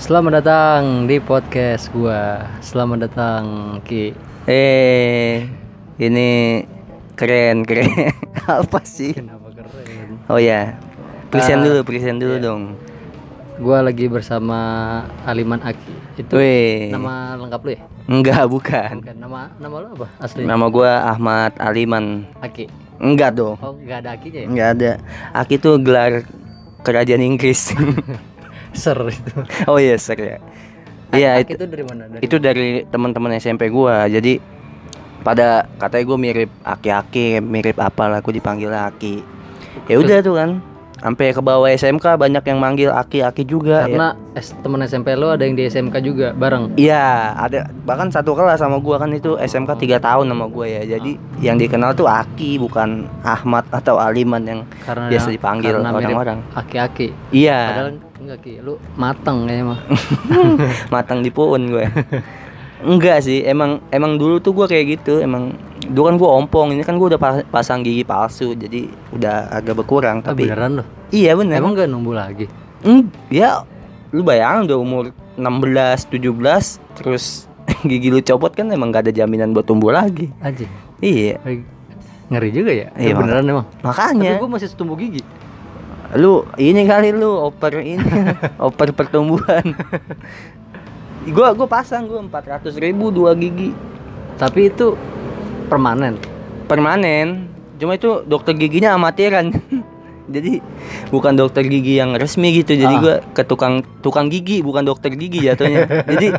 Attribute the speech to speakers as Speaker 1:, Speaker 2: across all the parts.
Speaker 1: Selamat datang di podcast gua. Selamat datang Ki.
Speaker 2: Eh, ini keren keren. Apa sih?
Speaker 1: Kenapa keren?
Speaker 2: Oh ya, present
Speaker 1: Ah,
Speaker 2: dulu, present dulu dong.
Speaker 1: Gua lagi bersama Aliman Aki. Itu
Speaker 2: Weh,
Speaker 1: nama lengkap lu ya?
Speaker 2: enggak bukan.
Speaker 1: Bukan nama nama lu apa? Asli
Speaker 2: Nama gua Ahmad Aliman.
Speaker 1: Aki.
Speaker 2: Enggak dong,
Speaker 1: Oh, nggak ada Akinya ya?
Speaker 2: enggak ada. Aki tuh gelar kerajaan Inggris.
Speaker 1: Ser itu.
Speaker 2: oh iya, ser ya. Iya
Speaker 1: Aki
Speaker 2: itu,
Speaker 1: itu dari mana? Dari
Speaker 2: itu dari teman-teman SMP gua. Jadi pada katanya gua mirip aki-aki, mirip apalah aku dipanggil aki. Ya udah tuh kan. Sampai ke bawah SMK banyak yang manggil aki-aki juga. ya.
Speaker 1: iya. karena S- teman SMP lu ada yang di SMK juga bareng.
Speaker 2: Iya, ada bahkan satu kelas sama gua kan itu SMK 3 tahun sama gua ya. Jadi yang dikenal tuh Aki bukan Ahmad atau Aliman yang
Speaker 1: Karena
Speaker 2: biasa dipanggil
Speaker 1: Ah, karena mirip
Speaker 2: orang-orang.
Speaker 1: Aki-aki.
Speaker 2: Iya,
Speaker 1: Padahal enggak Ki, lu mateng kayaknya mah.
Speaker 2: matang di puun gue. Enggak sih, emang emang dulu tuh gua kayak gitu, emang dulu kan gua ompong, ini kan gua udah pa- pasang gigi palsu, jadi udah agak berkurang
Speaker 1: Tapi Ah,
Speaker 2: tapi
Speaker 1: beneran loh.
Speaker 2: iya bener.
Speaker 1: Emang nggak numbuh lagi.
Speaker 2: Hmm, ya lu bayangin udah umur 16, 17 terus gigi lu copot kan emang gak ada jaminan buat tumbuh lagi.
Speaker 1: Anjing.
Speaker 2: Iya,
Speaker 1: Ngeri juga ya.
Speaker 2: Iya,
Speaker 1: Itu beneran emang. Tapi
Speaker 2: makanya
Speaker 1: gue masih tumbuh gigi.
Speaker 2: lu ini kali lu oper ini oper pertumbuhan gua gua pasang gua 400.000 ribu dua gigi
Speaker 1: Tapi itu permanen.
Speaker 2: permanen cuma itu dokter giginya amatiran jadi bukan dokter gigi yang resmi gitu jadi
Speaker 1: Ah.
Speaker 2: gua ke tukang tukang gigi bukan dokter gigi jatuhnya jadi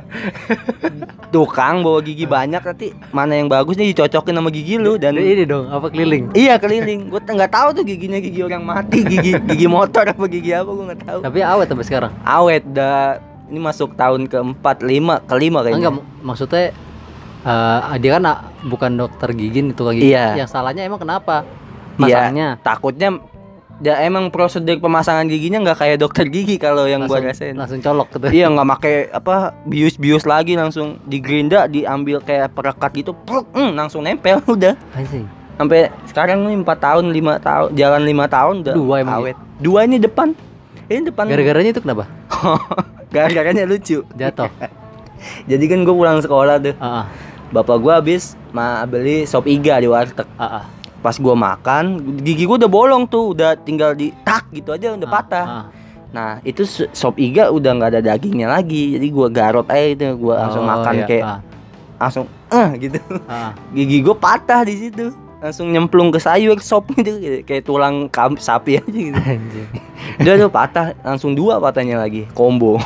Speaker 2: tukang bawa gigi banyak nanti mana yang bagus nih dicocokin sama gigi lu dan
Speaker 1: Dan ini dong apa keliling.
Speaker 2: iya keliling gua t- nggak tahu tuh giginya gigi orang mati gigi gigi motor apa gigi apa gua nggak tahu
Speaker 1: Tapi awet sampai sekarang.
Speaker 2: awet dah ini masuk tahun keempat lima kelima
Speaker 1: Enggak
Speaker 2: kayaknya
Speaker 1: mak- maksudnya eh, dia kan ah, bukan dokter gigi nih tukang gigi.
Speaker 2: Iya.
Speaker 1: Yang salahnya emang kenapa?
Speaker 2: Iya.
Speaker 1: Masangnya.
Speaker 2: takutnya ya emang prosedur pemasangan giginya nggak kayak dokter gigi kalau yang gua rasain
Speaker 1: langsung colok gitu.
Speaker 2: iya nggak make apa bius bius lagi langsung digerinda diambil kayak perekat gitu pluk, mm, langsung nempel udah
Speaker 1: Anjing.
Speaker 2: sampai sekarang nih empat tahun lima tahun jalan lima tahun udah
Speaker 1: Dua emang ya?
Speaker 2: awet dua ini depan ini depan
Speaker 1: Gara-garanya itu kenapa?
Speaker 2: gara-garanya lucu
Speaker 1: Jatuh. Ah,
Speaker 2: jadi kan gue pulang sekolah tuh
Speaker 1: Heeh.
Speaker 2: bapak gua habis ma beli sop iga di warteg
Speaker 1: Heeh.
Speaker 2: pas gua makan gigi gua udah bolong tuh udah tinggal di tak gitu aja udah patah
Speaker 1: ah.
Speaker 2: nah itu s- sop iga udah nggak ada dagingnya lagi jadi gua garot aja itu gua langsung
Speaker 1: Oh,
Speaker 2: makan
Speaker 1: iya.
Speaker 2: kayak
Speaker 1: Ah,
Speaker 2: langsung eh gitu
Speaker 1: ah.
Speaker 2: gigi gua patah di situ langsung nyemplung ke sayur sop gitu kayak tulang kam- sapi aja gitu
Speaker 1: Anjing.
Speaker 2: udah tuh patah langsung dua patahnya lagi combo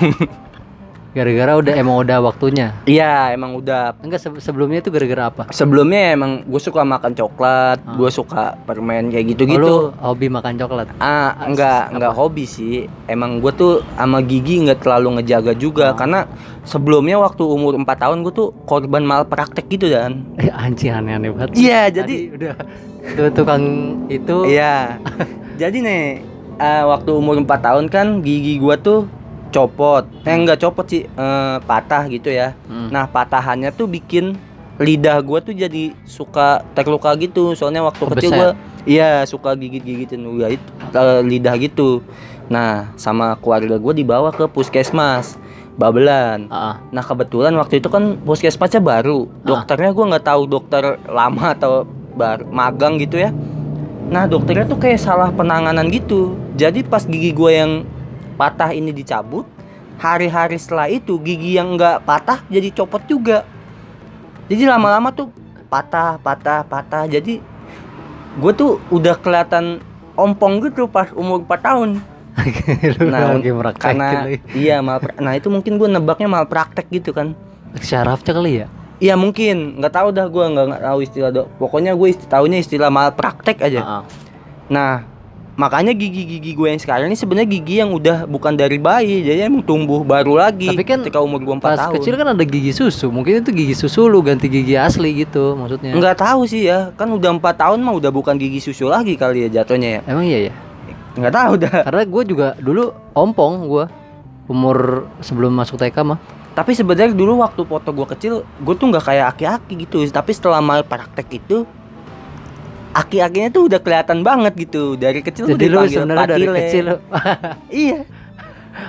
Speaker 1: Gara-gara udah emang udah waktunya.
Speaker 2: iya emang udah
Speaker 1: Enggak se- sebelumnya itu gara-gara apa?
Speaker 2: sebelumnya emang gue suka makan coklat
Speaker 1: Ah.
Speaker 2: gua suka permen kayak
Speaker 1: Oh,
Speaker 2: gitu gitu
Speaker 1: lu hobi makan coklat.
Speaker 2: Ah,
Speaker 1: Ah,
Speaker 2: enggak
Speaker 1: apa?
Speaker 2: enggak hobi sih. Emang gue tuh sama gigi enggak terlalu ngejaga
Speaker 1: Ah.
Speaker 2: juga karena sebelumnya waktu umur 4 tahun gue tuh korban malpraktek gitu dan.
Speaker 1: Eh, anjing aneh-aneh banget. Tadi
Speaker 2: Iya, jadi
Speaker 1: udah itu tukang itu
Speaker 2: iya. jadi nih ah, waktu umur 4 tahun kan gigi gua tuh copot. Eh enggak copot sih, eh, patah gitu ya.
Speaker 1: Hmm.
Speaker 2: Nah, patahannya tuh bikin lidah gua tuh jadi suka terluka gitu. Soalnya waktu kecil
Speaker 1: Kebeset.
Speaker 2: gua iya suka gigit-gigitin gua itu eh, lidah gitu. Nah, sama keluarga gua dibawa ke puskesmas Babelan.
Speaker 1: Ah, ah.
Speaker 2: Nah, kebetulan waktu itu kan puskesmasnya baru.
Speaker 1: Ah.
Speaker 2: Dokternya gua nggak tahu dokter lama atau bar magang gitu ya. Nah, dokternya tuh kayak salah penanganan gitu. Jadi pas gigi gua yang patah ini dicabut, hari-hari setelah itu gigi yang nggak patah jadi copot juga. Jadi lama-lama tuh patah, patah, patah. Jadi gue tuh udah kelihatan ompong gitu pas umur 4 tahun.
Speaker 1: Lu
Speaker 2: Nah,
Speaker 1: lagi merakit
Speaker 2: Karena
Speaker 1: lagi.
Speaker 2: iya malpraktek. Nah, itu mungkin gue nebaknya malpraktek gitu kan.
Speaker 1: syarafnya kali ya.
Speaker 2: Iya mungkin, nggak tahu dah gue nggak nggak tahu istilah dok. Pokoknya gue tahunya istilah malpraktek aja.
Speaker 1: Ah, ah.
Speaker 2: Nah, makanya gigi-gigi gue yang sekarang ini sebenarnya gigi yang udah bukan dari bayi, jadi emang tumbuh baru lagi
Speaker 1: Tapi kan
Speaker 2: ketika umur gue 4
Speaker 1: Pas
Speaker 2: tahun.
Speaker 1: kecil kan ada gigi susu, mungkin itu gigi susu lu ganti gigi asli gitu maksudnya.
Speaker 2: Nggak tahu sih ya, kan udah 4 tahun mah udah bukan gigi susu lagi kali ya jatuhnya ya.
Speaker 1: Emang iya ya.
Speaker 2: Nggak tahu dah.
Speaker 1: Karena gue juga dulu ompong gue umur sebelum masuk TK mah.
Speaker 2: Tapi sebenarnya dulu waktu foto gue kecil, gue tuh nggak kayak aki-aki gitu. Tapi setelah mal praktek itu, aki-akinya tuh udah kelihatan banget gitu. Dari kecil
Speaker 1: Jadi
Speaker 2: udah
Speaker 1: lu
Speaker 2: dipanggil
Speaker 1: sebenarnya dari
Speaker 2: Patile.
Speaker 1: kecil lu-
Speaker 2: Iya.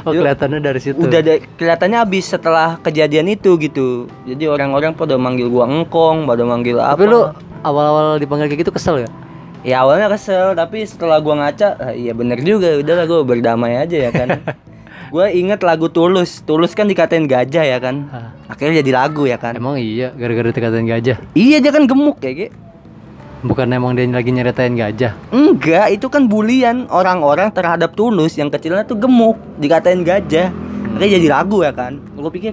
Speaker 1: Oh kelihatannya dari situ.
Speaker 2: udah da- kelihatannya habis setelah kejadian itu gitu jadi orang-orang pada manggil gua engkong pada manggil apa
Speaker 1: Tapi lu awal-awal dipanggil kayak gitu kesel ya?
Speaker 2: ya awalnya kesel tapi setelah gua ngaca ah, iya bener juga udahlah gua berdamai aja ya kan gua inget lagu tulus tulus kan dikatain gajah ya kan
Speaker 1: Hah.
Speaker 2: akhirnya jadi lagu ya kan
Speaker 1: Emang iya gara-gara dikatain gajah.
Speaker 2: iya dia kan gemuk ya Ge.
Speaker 1: Bukan emang dia lagi nyeretain gajah.
Speaker 2: Enggak, itu kan bulian orang-orang terhadap Tulus yang kecilnya tuh gemuk, dikatain gajah. Akhirnya jadi ragu ya kan. Gue pikir,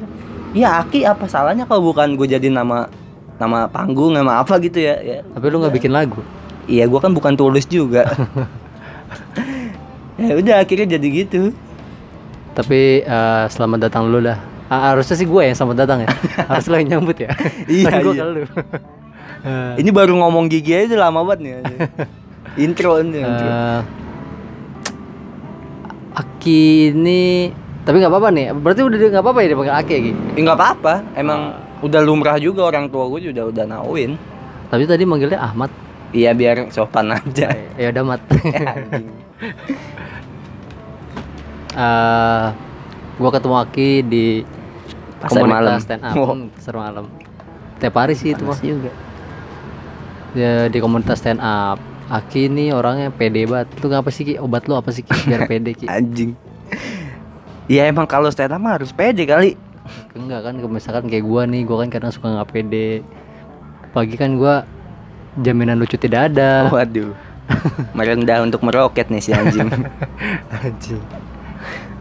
Speaker 2: ya Aki apa salahnya kalau bukan gue jadi nama nama panggung nama apa gitu ya. ya.
Speaker 1: Tapi lu nggak bikin lagu.
Speaker 2: Iya, gue kan bukan Tulus juga. ya udah akhirnya jadi gitu.
Speaker 1: Tapi eh, selamat datang lu lah. Ah, harusnya sih gue yang selamat datang ya. Harusnya lo yang nyambut ya.
Speaker 2: Iya,
Speaker 1: Tapi gua
Speaker 2: iya.
Speaker 1: ke lu. Eh,
Speaker 2: Ini baru ngomong gigi aja udah lama banget nih. intro ini. intro.
Speaker 1: eh, Aki ini tapi nggak apa-apa nih. Berarti udah nggak apa-apa ya dipanggil Aki ya, Ki?
Speaker 2: Ya, nggak apa-apa, emang udah lumrah juga orang tua gue juga udah nauin.
Speaker 1: Tapi tadi manggilnya Ahmad.
Speaker 2: Iya biar sopan aja.
Speaker 1: ya udah Mat.
Speaker 2: Anjing.
Speaker 1: Eh, gua ketemu Aki di
Speaker 2: Pasar malam.
Speaker 1: komunitas stand up
Speaker 2: Oh.
Speaker 1: Hmm, pasar malam tiap hari sih itu mah
Speaker 2: Panas juga.
Speaker 1: Ya, di komunitas stand up Aki ini orangnya pede banget lu ngapa sih Ki obat lu apa sih Ki biar pede Ki
Speaker 2: Anjing. Ya emang kalau stand up mah harus pede kali.
Speaker 1: enggak kan misalkan kayak gua nih gua kan kadang suka nggak pede pagi kan gua jaminan lucu tidak ada
Speaker 2: Waduh. Merendah untuk meroket nih si anjing. anjing.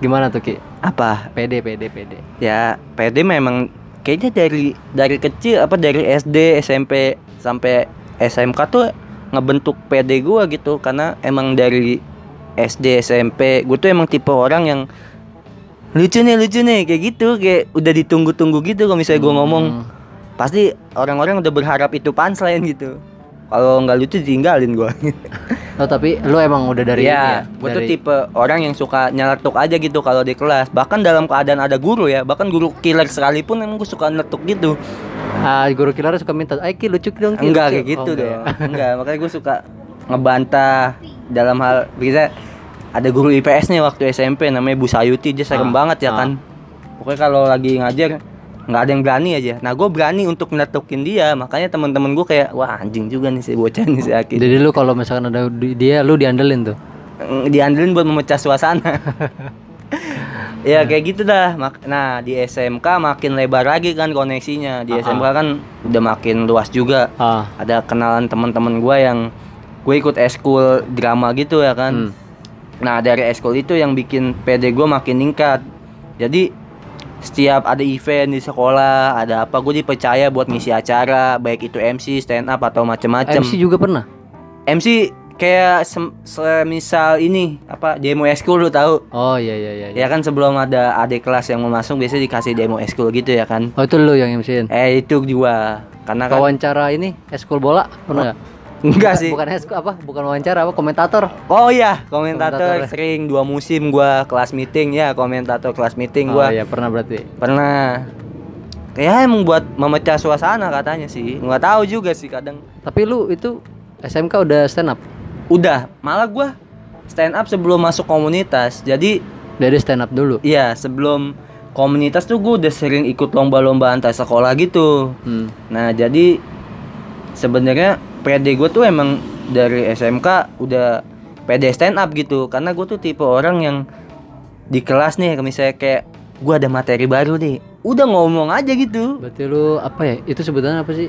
Speaker 1: gimana tuh Ki
Speaker 2: Apa?
Speaker 1: pede pede pede
Speaker 2: Ya pede memang kayaknya dari dari kecil apa dari SD, SMP sampai SMK tuh ngebentuk pede gua gitu karena emang dari SD, SMP gue tuh emang tipe orang yang lucu nih lucu nih kayak gitu kayak udah ditunggu-tunggu gitu kalau misalnya gua ngomong
Speaker 1: Hmm,
Speaker 2: pasti orang-orang udah berharap itu punchline gitu kalau nggak lucu ditinggalin gua
Speaker 1: oh tapi lu emang udah dari
Speaker 2: ya,
Speaker 1: ini
Speaker 2: gua tuh
Speaker 1: dari-
Speaker 2: tipe orang yang suka nyeletuk aja gitu kalau di kelas bahkan dalam keadaan ada guru ya bahkan guru killer sekalipun emang gua suka nyeletuk gitu
Speaker 1: Ah, guru Kilara suka minta "Ay, Ki lucu dong Ki,
Speaker 2: enggak
Speaker 1: lucu."
Speaker 2: kayak gitu
Speaker 1: Oh, enggak
Speaker 2: dong
Speaker 1: ya.
Speaker 2: enggak makanya gua suka ngebantah dalam hal bisa ada guru IPS nih waktu SMP namanya Bu Sayuti dia serem
Speaker 1: Ah,
Speaker 2: banget ya
Speaker 1: ah.
Speaker 2: kan pokoknya kalau lagi ngajar nggak ada yang berani aja nah gue berani untuk nyeletukin dia makanya teman-teman gue kayak wah anjing juga nih si bocah nih si
Speaker 1: ya?
Speaker 2: Aki
Speaker 1: jadi lu kalau misalkan ada di- dia lu diandelin tuh
Speaker 2: Mm, diandelin buat memecah suasana.
Speaker 1: Nah.
Speaker 2: ya kayak gitu dah. Mak- Nah di SMK makin lebar lagi kan koneksinya. Di
Speaker 1: Ah, ah.
Speaker 2: SMK kan udah makin luas juga.
Speaker 1: ah
Speaker 2: Ada kenalan teman-teman gua yang gue ikut eskul drama gitu ya
Speaker 1: Hmm.
Speaker 2: kan. Nah dari eskul itu yang bikin PD gue makin ningkat. Jadi setiap ada event di sekolah, ada apa gue dipercaya buat ngisi acara, baik itu MC, stand up atau macem-macem.
Speaker 1: MC Ah. juga pernah
Speaker 2: MC kayak sem- semisal ini apa demo eskul lu tahu
Speaker 1: Oh iya iya iya.
Speaker 2: ya kan sebelum ada adik kelas yang mau masuk biasanya dikasih demo eskul gitu ya kan
Speaker 1: Oh itu lu yang MC-in.
Speaker 2: eh itu gua karena kan
Speaker 1: Wawancara ini eskul bola pernah nggak?
Speaker 2: enggak Oh, iya sih
Speaker 1: Bukan eskul apa? Bukan wawancara apa? Komentator.
Speaker 2: oh iya komentator
Speaker 1: Komentator. ya.
Speaker 2: sering dua musim gua kelas meeting ya komentator kelas meeting
Speaker 1: Oh
Speaker 2: gua
Speaker 1: iya pernah berarti.
Speaker 2: pernah ya emang buat memecah suasana katanya sih nggak tahu juga sih kadang
Speaker 1: Tapi lu itu SMK udah stand up.
Speaker 2: udah malah gua stand up sebelum masuk komunitas jadi
Speaker 1: Dari stand up dulu.
Speaker 2: Iya, sebelum komunitas tuh gue udah sering ikut lomba-lomba antar sekolah gitu.
Speaker 1: Hmm.
Speaker 2: Nah, jadi sebenarnya PD gue tuh emang dari SMK udah PD stand up gitu. Karena gue tuh tipe orang yang di kelas nih, misalnya kayak gue ada materi baru nih, udah ngomong aja gitu.
Speaker 1: Berarti lu apa ya? Itu sebutannya apa sih?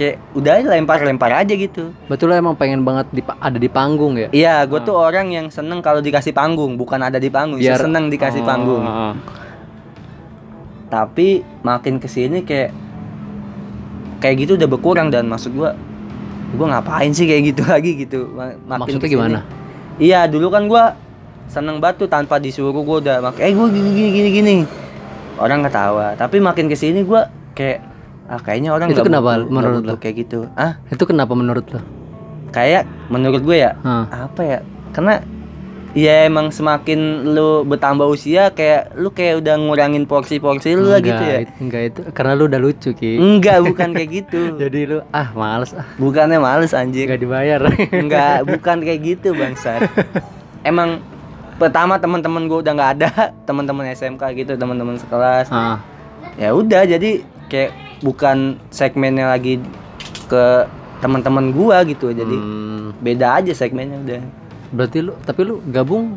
Speaker 2: Kayak udah aja lempar-lempar aja gitu.
Speaker 1: Berarti lu emang pengen banget di, ada di panggung ya?
Speaker 2: Iya, gue tuh orang yang seneng kalau dikasih panggung, bukan ada di panggung.
Speaker 1: Biar-
Speaker 2: seneng dikasih panggung.
Speaker 1: Ah, ah.
Speaker 2: tapi makin kesini kayak kayak gitu udah berkurang dan maksud gua gua ngapain sih kayak gitu lagi gitu Ma- makin
Speaker 1: Maksudnya
Speaker 2: kesini.
Speaker 1: gimana?
Speaker 2: iya dulu kan gua seneng banget tuh tanpa disuruh gua udah mak eh gua gini gini gini gini orang ketawa tapi makin kesini gua kayak ah kayaknya orang
Speaker 1: Itu
Speaker 2: nggak
Speaker 1: kenapa
Speaker 2: butuh- nggak
Speaker 1: menurut
Speaker 2: butuh
Speaker 1: lo?
Speaker 2: kayak gitu ah
Speaker 1: Itu kenapa menurut lu?
Speaker 2: kayak menurut gue ya
Speaker 1: Ah.
Speaker 2: apa ya karena ya emang semakin lu bertambah usia kayak lu kayak udah ngurangin porsi-porsi lu lah gitu
Speaker 1: Enggak,
Speaker 2: ya
Speaker 1: it- Enggak itu karena lu udah lucu Ki.
Speaker 2: Enggak, bukan kayak gitu.
Speaker 1: Jadi lu ah males ah
Speaker 2: Bukannya males anjir.
Speaker 1: enggak dibayar.
Speaker 2: Enggak, bukan kayak gitu, bangsat. Emang pertama teman-teman gue udah nggak ada teman-teman SMK gitu teman-teman sekelas
Speaker 1: ah
Speaker 2: ya udah jadi kayak bukan segmennya lagi ke teman-teman gua gitu jadi
Speaker 1: hmm,
Speaker 2: beda aja segmennya udah
Speaker 1: berarti lu tapi lu gabung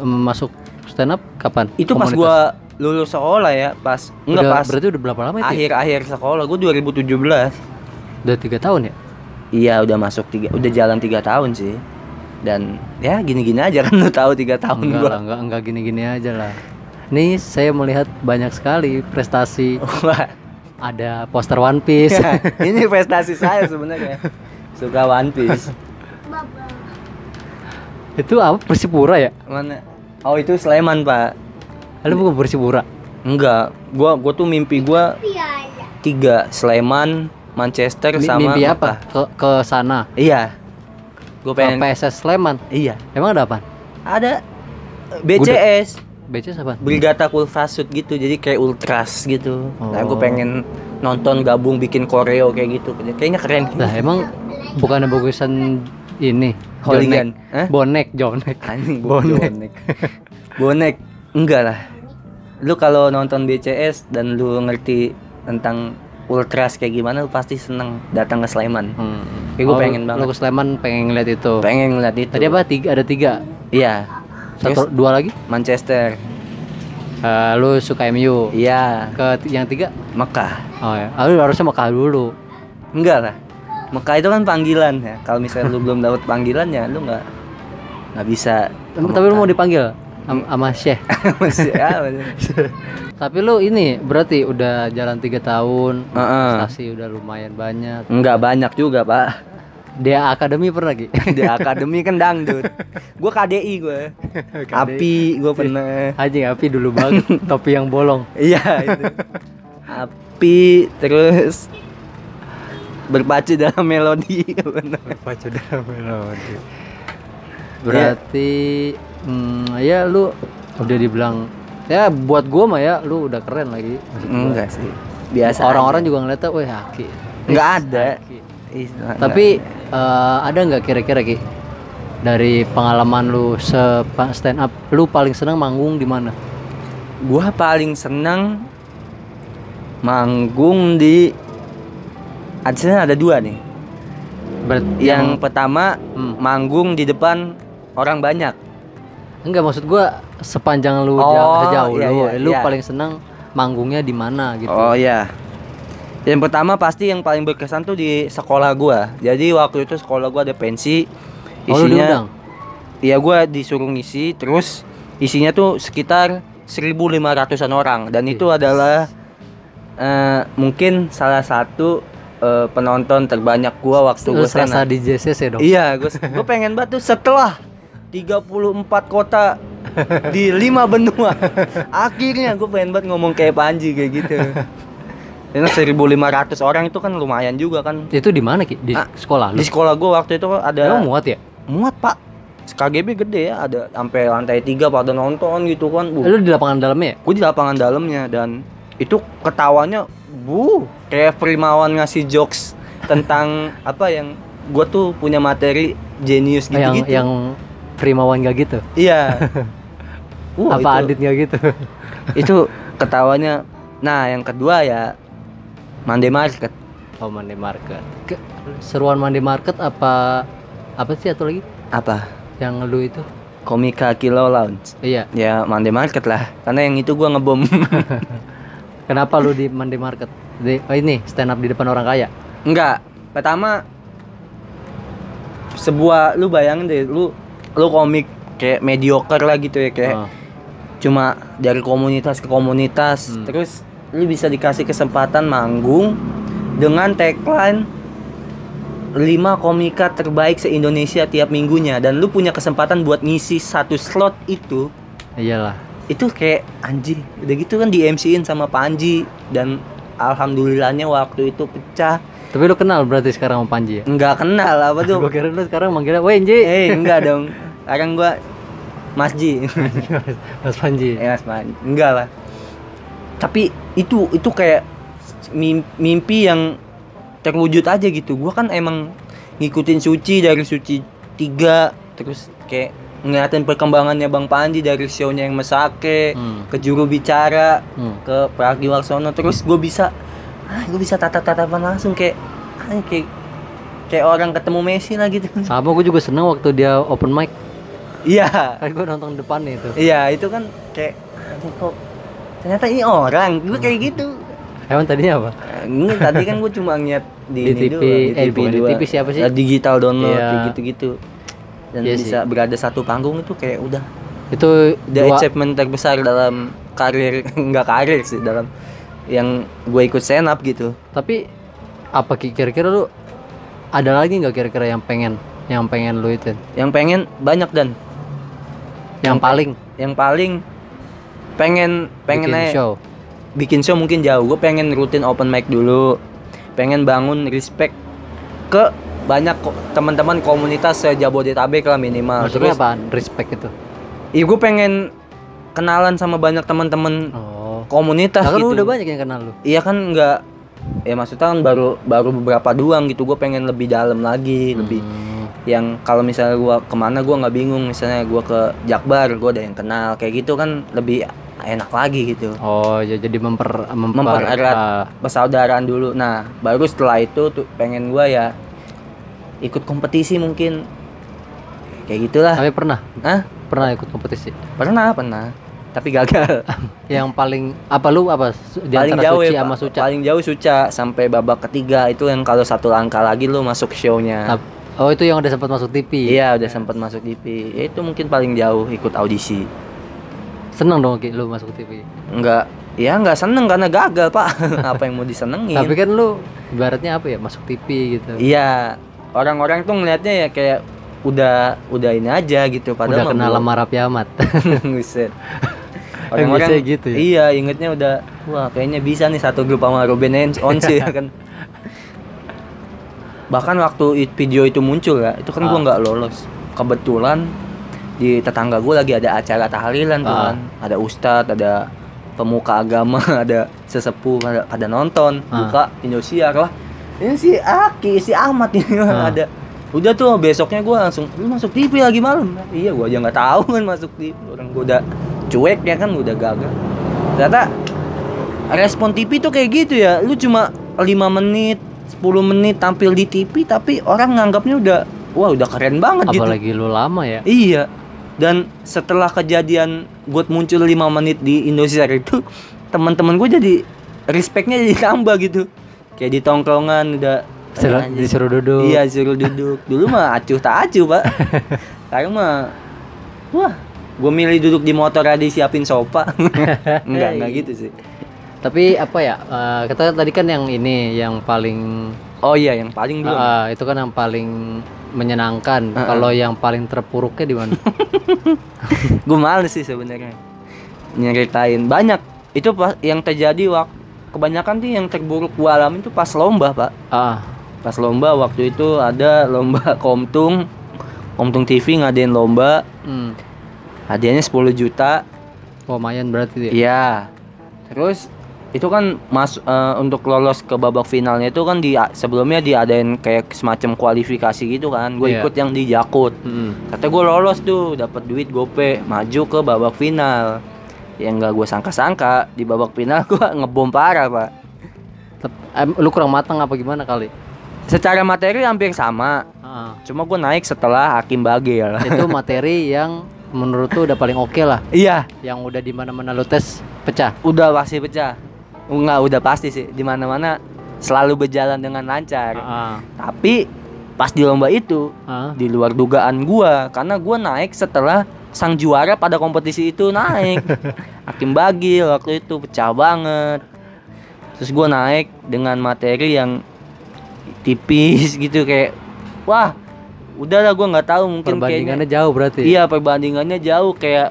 Speaker 1: em, masuk stand up kapan
Speaker 2: itu pas
Speaker 1: Komunitas?
Speaker 2: gua lulus sekolah ya pas enggak
Speaker 1: Udah-
Speaker 2: pas
Speaker 1: berarti udah berapa lama itu ya?
Speaker 2: akhir-akhir sekolah gua 2017
Speaker 1: udah tiga tahun ya
Speaker 2: iya udah masuk tiga udah jalan tiga tahun sih dan ya gini-gini aja kan lu tahu tiga tahun
Speaker 1: enggak
Speaker 2: gua
Speaker 1: lah enggak enggak gini-gini aja lah nih saya melihat banyak sekali prestasi
Speaker 2: Wah,
Speaker 1: ada poster One Piece
Speaker 2: ya, ini prestasi saya sebenarnya suka One Piece
Speaker 1: itu apa Persipura ya
Speaker 2: mana oh itu Sleman pak
Speaker 1: lu bukan Persipura
Speaker 2: enggak gua gua tuh mimpi gua tiga Sleman Manchester
Speaker 1: Mi-
Speaker 2: sama
Speaker 1: mimpi
Speaker 2: Mekah.
Speaker 1: apa ke ke sana
Speaker 2: iya gue
Speaker 1: ke
Speaker 2: pengen
Speaker 1: PSS Sleman
Speaker 2: iya
Speaker 1: emang ada apa
Speaker 2: ada eh, BCS
Speaker 1: BC apa
Speaker 2: Brigata Kulfasud gitu jadi kayak ultras gitu nah gue
Speaker 1: Oh.
Speaker 2: pengen nonton gabung bikin koreo kayak gitu kayaknya keren
Speaker 1: lah emang bukan bagusan ini
Speaker 2: Hooligan. Hah?
Speaker 1: Jonek bonek Jonek
Speaker 2: anjing
Speaker 1: Bonek.
Speaker 2: bonek bonek enggak lah lu kalau nonton BCS dan lu ngerti tentang ultras kayak gimana lu pasti seneng datang ke Sleman
Speaker 1: hmm.
Speaker 2: Kayak gua pengen banget.
Speaker 1: lu ke Sleman pengen ngeliat itu
Speaker 2: pengen ngeliat itu
Speaker 1: Oh. tadi apa tiga ada tiga
Speaker 2: iya
Speaker 1: satu
Speaker 2: Terus
Speaker 1: dua lagi
Speaker 2: Manchester
Speaker 1: Eh, lu suka MU
Speaker 2: iya
Speaker 1: ke yang tiga
Speaker 2: Mekah
Speaker 1: oh ya Ah, lu harusnya Mekah dulu
Speaker 2: Enggak lah. Mekah itu kan panggilan ya. Kalau misalnya lu belum dapat panggilan ya lu nggak nggak bisa.
Speaker 1: Em, tapi lu mau dipanggil am- sama Syekh
Speaker 2: Masih ya, masih.
Speaker 1: tapi lu ini berarti udah jalan tiga tahun
Speaker 2: Heeh.
Speaker 1: prestasi udah lumayan banyak
Speaker 2: Nggak banyak juga pak.
Speaker 1: dia akademi pernah lagi
Speaker 2: Di akademi kan dangdut. Gue KDI gue. Oh, Api gue pernah.
Speaker 1: anjing api dulu banget topi yang bolong
Speaker 2: Iya itu. Api terus berpacu dalam melodi. gua pernah. Iya.
Speaker 1: berarti mm, ya lu udah dibilang ya buat gua mah ya lu udah keren lagi Maksud gua.
Speaker 2: Enggak sih. Biasa.
Speaker 1: orang-orang
Speaker 2: aja.
Speaker 1: juga ngeliatnya weh Aki
Speaker 2: nggak ada.
Speaker 1: Aki.
Speaker 2: Ih, nggak-
Speaker 1: tapi eh, ada nggak kira-kira Ki dari pengalaman lu se stand up lu paling seneng manggung di mana
Speaker 2: gua paling seneng manggung di ada sebenarnya ada dua nih
Speaker 1: Ber-
Speaker 2: yang pertama
Speaker 1: Hmm.
Speaker 2: manggung di depan orang banyak
Speaker 1: Enggak maksud gua sepanjang lu
Speaker 2: Oh,
Speaker 1: jauh, sejauh
Speaker 2: iya,
Speaker 1: lu,
Speaker 2: iya,
Speaker 1: lu
Speaker 2: iya.
Speaker 1: paling senang manggungnya di mana gitu.
Speaker 2: oh ya yang pertama pasti yang paling berkesan tuh di sekolah gua jadi waktu itu sekolah gua ada pensi
Speaker 1: Oh, lu diundang?
Speaker 2: isinya iya gua disuruh ngisi terus isinya tuh sekitar 1500-an orang dan itu adalah eh, mungkin salah satu eh, penonton terbanyak gua waktu
Speaker 1: Lu
Speaker 2: gua stand up.
Speaker 1: serasa di JCC dong.
Speaker 2: Iya, gue gue pengen banget tuh setelah 34 kota di lima benua. Akhirnya gue pengen banget ngomong kayak Panji kayak gitu. Karena 1500 orang itu kan lumayan juga kan.
Speaker 1: Itu di mana Ki? Di
Speaker 2: Ah,
Speaker 1: sekolah lu.
Speaker 2: Di sekolah gue waktu itu
Speaker 1: Emang
Speaker 2: ada
Speaker 1: muat ya?
Speaker 2: muat, Pak. KGB gede ya, ada sampai lantai tiga pada nonton gitu kan. Bu,
Speaker 1: Lu di lapangan dalamnya ya?
Speaker 2: gue di lapangan dalamnya dan itu ketawanya bu kayak Primawan ngasih jokes tentang apa yang gue tuh punya materi jenius gitu
Speaker 1: yang
Speaker 2: gitu.
Speaker 1: yang Primawan gak gitu?
Speaker 2: Iya. Wah,
Speaker 1: Apa
Speaker 2: itu,
Speaker 1: Adit gak gitu?
Speaker 2: itu ketawanya. Nah, yang kedua ya Monday Market.
Speaker 1: Oh, Monday Market. Ke- seruan Monday Market apa apa sih atau lagi
Speaker 2: Apa?
Speaker 1: yang lu itu?
Speaker 2: Komika Kilo Lounge.
Speaker 1: Iya.
Speaker 2: Ya Monday Market lah. Karena yang itu gua ngebom.
Speaker 1: Kenapa lu di Monday Market? Di, oh ini stand up di depan orang kaya.
Speaker 2: Enggak. Pertama sebuah lu bayangin deh lu lu komik kayak mediocre lah gitu ya kayak
Speaker 1: Oh.
Speaker 2: cuma dari komunitas ke komunitas
Speaker 1: Hmm.
Speaker 2: terus lu bisa dikasih kesempatan manggung dengan tagline 5 komika terbaik se-Indonesia tiap minggunya dan lu punya kesempatan buat ngisi satu slot itu
Speaker 1: Iyalah.
Speaker 2: itu kayak anjing udah gitu kan di MC-in sama Panji dan alhamdulillahnya waktu itu pecah
Speaker 1: Tapi lu kenal berarti sekarang sama Panji ya?
Speaker 2: nggak kenal apa tuh
Speaker 1: Gue kira lu sekarang manggilnya, "Woi, Nji."
Speaker 2: eh enggak dong sekarang gua Mas Ji
Speaker 1: Mas Panji.
Speaker 2: Ya, Mas Man. Enggak lah. Tapi itu itu kayak mim- mimpi yang terwujud aja gitu. Gua kan emang ngikutin Suci dari Suci 3 terus kayak ngeliatin perkembangannya Bang Panji dari show-nya yang mesake
Speaker 1: Hmm.
Speaker 2: ke juru bicara
Speaker 1: Hmm.
Speaker 2: ke Pragiwaksono terus gue bisa ah gue bisa tatap tatapan langsung kayak ah, kayak kayak orang ketemu Messi lah gitu
Speaker 1: Sama gue juga seneng waktu dia open mic.
Speaker 2: iya
Speaker 1: Kan gue nonton depannya itu.
Speaker 2: iya itu kan kayak anjing kok ternyata ini orang gue kayak
Speaker 1: Hmm.
Speaker 2: gitu
Speaker 1: Emang tadinya apa?
Speaker 2: Eh, ini tadi kan gue cuma ngeliat di,
Speaker 1: Di
Speaker 2: ini
Speaker 1: TV, eh, bukan di
Speaker 2: doang.
Speaker 1: TV, siapa sih?
Speaker 2: Eh, digital download
Speaker 1: Iya.
Speaker 2: kayak gitu-gitu dan
Speaker 1: Iya
Speaker 2: bisa berada satu panggung itu kayak udah
Speaker 1: Itu
Speaker 2: the
Speaker 1: dua
Speaker 2: achievement terbesar dalam karir nggak karir sih dalam yang gue ikut stand up gitu
Speaker 1: tapi apa Ki? kira-kira lu ada lagi nggak kira-kira yang pengen yang pengen lu itu
Speaker 2: yang pengen banyak dan
Speaker 1: yang paling
Speaker 2: yang paling pengen pengen
Speaker 1: bikin
Speaker 2: aja-
Speaker 1: show
Speaker 2: bikin show mungkin jauh gue pengen rutin open mic dulu pengen bangun respect ke banyak ko- teman-teman komunitas sejabodetabek lah minimal
Speaker 1: maksudnya
Speaker 2: Ah, terus
Speaker 1: apa respect itu
Speaker 2: iya gue pengen kenalan sama banyak teman-teman
Speaker 1: oh
Speaker 2: komunitas
Speaker 1: Lah kan lu
Speaker 2: gitu
Speaker 1: udah banyak yang kenal lu
Speaker 2: iya kan nggak ya maksudnya kan baru baru beberapa doang gitu gue pengen lebih dalam lagi lebih
Speaker 1: Hmm.
Speaker 2: yang kalau misalnya gua kemana gua nggak bingung misalnya gua ke Jakbar gua ada yang kenal kayak gitu kan lebih enak lagi gitu
Speaker 1: oh ya jadi memper memper
Speaker 2: Mempererat.
Speaker 1: ah,
Speaker 2: persaudaraan dulu nah baru setelah itu tuh pengen gua ya ikut kompetisi mungkin kayak gitulah
Speaker 1: tapi pernah
Speaker 2: Hah?
Speaker 1: pernah ikut kompetisi
Speaker 2: pernah pernah tapi gagal
Speaker 1: yang paling apa lu apa su- di
Speaker 2: paling
Speaker 1: antara
Speaker 2: jauh
Speaker 1: suci
Speaker 2: ya,
Speaker 1: sama
Speaker 2: Pak.
Speaker 1: suca
Speaker 2: paling jauh suca sampai babak ketiga itu yang kalau satu langkah lagi lu masuk shownya
Speaker 1: Tap- oh itu yang udah sempat masuk TV
Speaker 2: iya udah sempat masuk TV Ya, itu mungkin paling jauh ikut audisi
Speaker 1: seneng dong Ki, lu masuk TV
Speaker 2: nggak ya nggak seneng karena gagal pak apa yang mau disenengin
Speaker 1: tapi kan lu ibaratnya apa ya masuk TV gitu
Speaker 2: Iya, orang-orang tuh ngelihatnya ya kayak udah udah ini aja gitu
Speaker 1: udah
Speaker 2: padahal mah
Speaker 1: kenal
Speaker 2: belum. Gitu.
Speaker 1: sama Raffi Ahmad
Speaker 2: Buset.
Speaker 1: Yang
Speaker 2: Orang-orang
Speaker 1: biasanya gitu ya?
Speaker 2: Iya, ingetnya udah wah kayaknya bisa nih satu grup sama Ruben Ens- Onsi ya kan. Bahkan waktu it- video itu muncul ya, itu kan gua
Speaker 1: Ah.
Speaker 2: nggak lolos. Kebetulan di tetangga gua lagi ada acara tahlilan tuh
Speaker 1: Ah.
Speaker 2: kan. Ada ustadz, ada pemuka agama, ada sesepuh pada, pada nonton,
Speaker 1: Ah.
Speaker 2: buka Indosiar lah. Ini si Aki, si Ahmad ini
Speaker 1: Ah.
Speaker 2: ada. Udah tuh besoknya gua langsung lu masuk TV lagi malam. Iya gua aja nggak tahu kan masuk TV. Orang gua udah cuek ya kan udah gagal. Ternyata respon TV tuh kayak gitu ya. Lu cuma 5 menit, 10 menit tampil di TV tapi orang nganggapnya udah wah udah keren banget gitu.
Speaker 1: apalagi lu lama ya
Speaker 2: Iya. Dan setelah kejadian gue muncul 5 menit di Indosiar itu, teman-teman gue jadi respectnya jadi tambah gitu. Kayak di tongkrongan udah
Speaker 1: Suruh-
Speaker 2: anjing.
Speaker 1: disuruh duduk
Speaker 2: Iya, suruh duduk. Dulu mah acuh tak acuh, Pak. Sekarang mah wah, gue milih duduk di motor aja disiapin sofa. enggak, enggak gitu sih.
Speaker 1: Tapi apa ya? eh, kita tadi kan yang ini yang paling
Speaker 2: Oh iya, yang paling belum.
Speaker 1: eh, itu kan yang paling menyenangkan.
Speaker 2: Heeh.
Speaker 1: Kalau yang paling terpuruknya di mana?
Speaker 2: gue males sih sebenarnya nyeritain banyak itu pas yang terjadi waktu kebanyakan tuh yang terburuk gue alami itu pas lomba pak
Speaker 1: Ah,
Speaker 2: pas lomba waktu itu ada lomba komtung komtung TV ngadain lomba
Speaker 1: hmm.
Speaker 2: hadiahnya 10 juta
Speaker 1: Lumayan berarti ya.
Speaker 2: iya terus itu kan mas eh, untuk lolos ke babak finalnya itu kan di sebelumnya diadain kayak semacam kualifikasi gitu kan gue
Speaker 1: Iya.
Speaker 2: ikut yang di Jakut
Speaker 1: Mm-mm.
Speaker 2: Kata gue lolos tuh, dapat duit gope, maju ke babak final. Yang nggak gue sangka-sangka di babak final gue ngebom parah pak.
Speaker 1: Tep- em, lu kurang matang apa gimana kali?
Speaker 2: Secara materi hampir sama,
Speaker 1: Ah,
Speaker 2: cuma gue naik setelah Hakim Bagel.
Speaker 1: itu materi yang menurut tuh udah paling oke lah.
Speaker 2: iya,
Speaker 1: Yang udah di mana-mana lu tes pecah.
Speaker 2: udah pasti pecah. Enggak, udah pasti sih. Di mana-mana selalu berjalan dengan lancar.
Speaker 1: Ah,
Speaker 2: Tapi pas di lomba itu
Speaker 1: ah.
Speaker 2: di luar dugaan gua karena gua naik setelah sang juara pada kompetisi itu naik Hakim Bagil waktu itu pecah banget terus gua naik dengan materi yang tipis gitu kayak wah udahlah gua nggak tahu mungkin
Speaker 1: perbandingannya ya? jauh berarti.
Speaker 2: kayaknya iya perbandingannya jauh kayak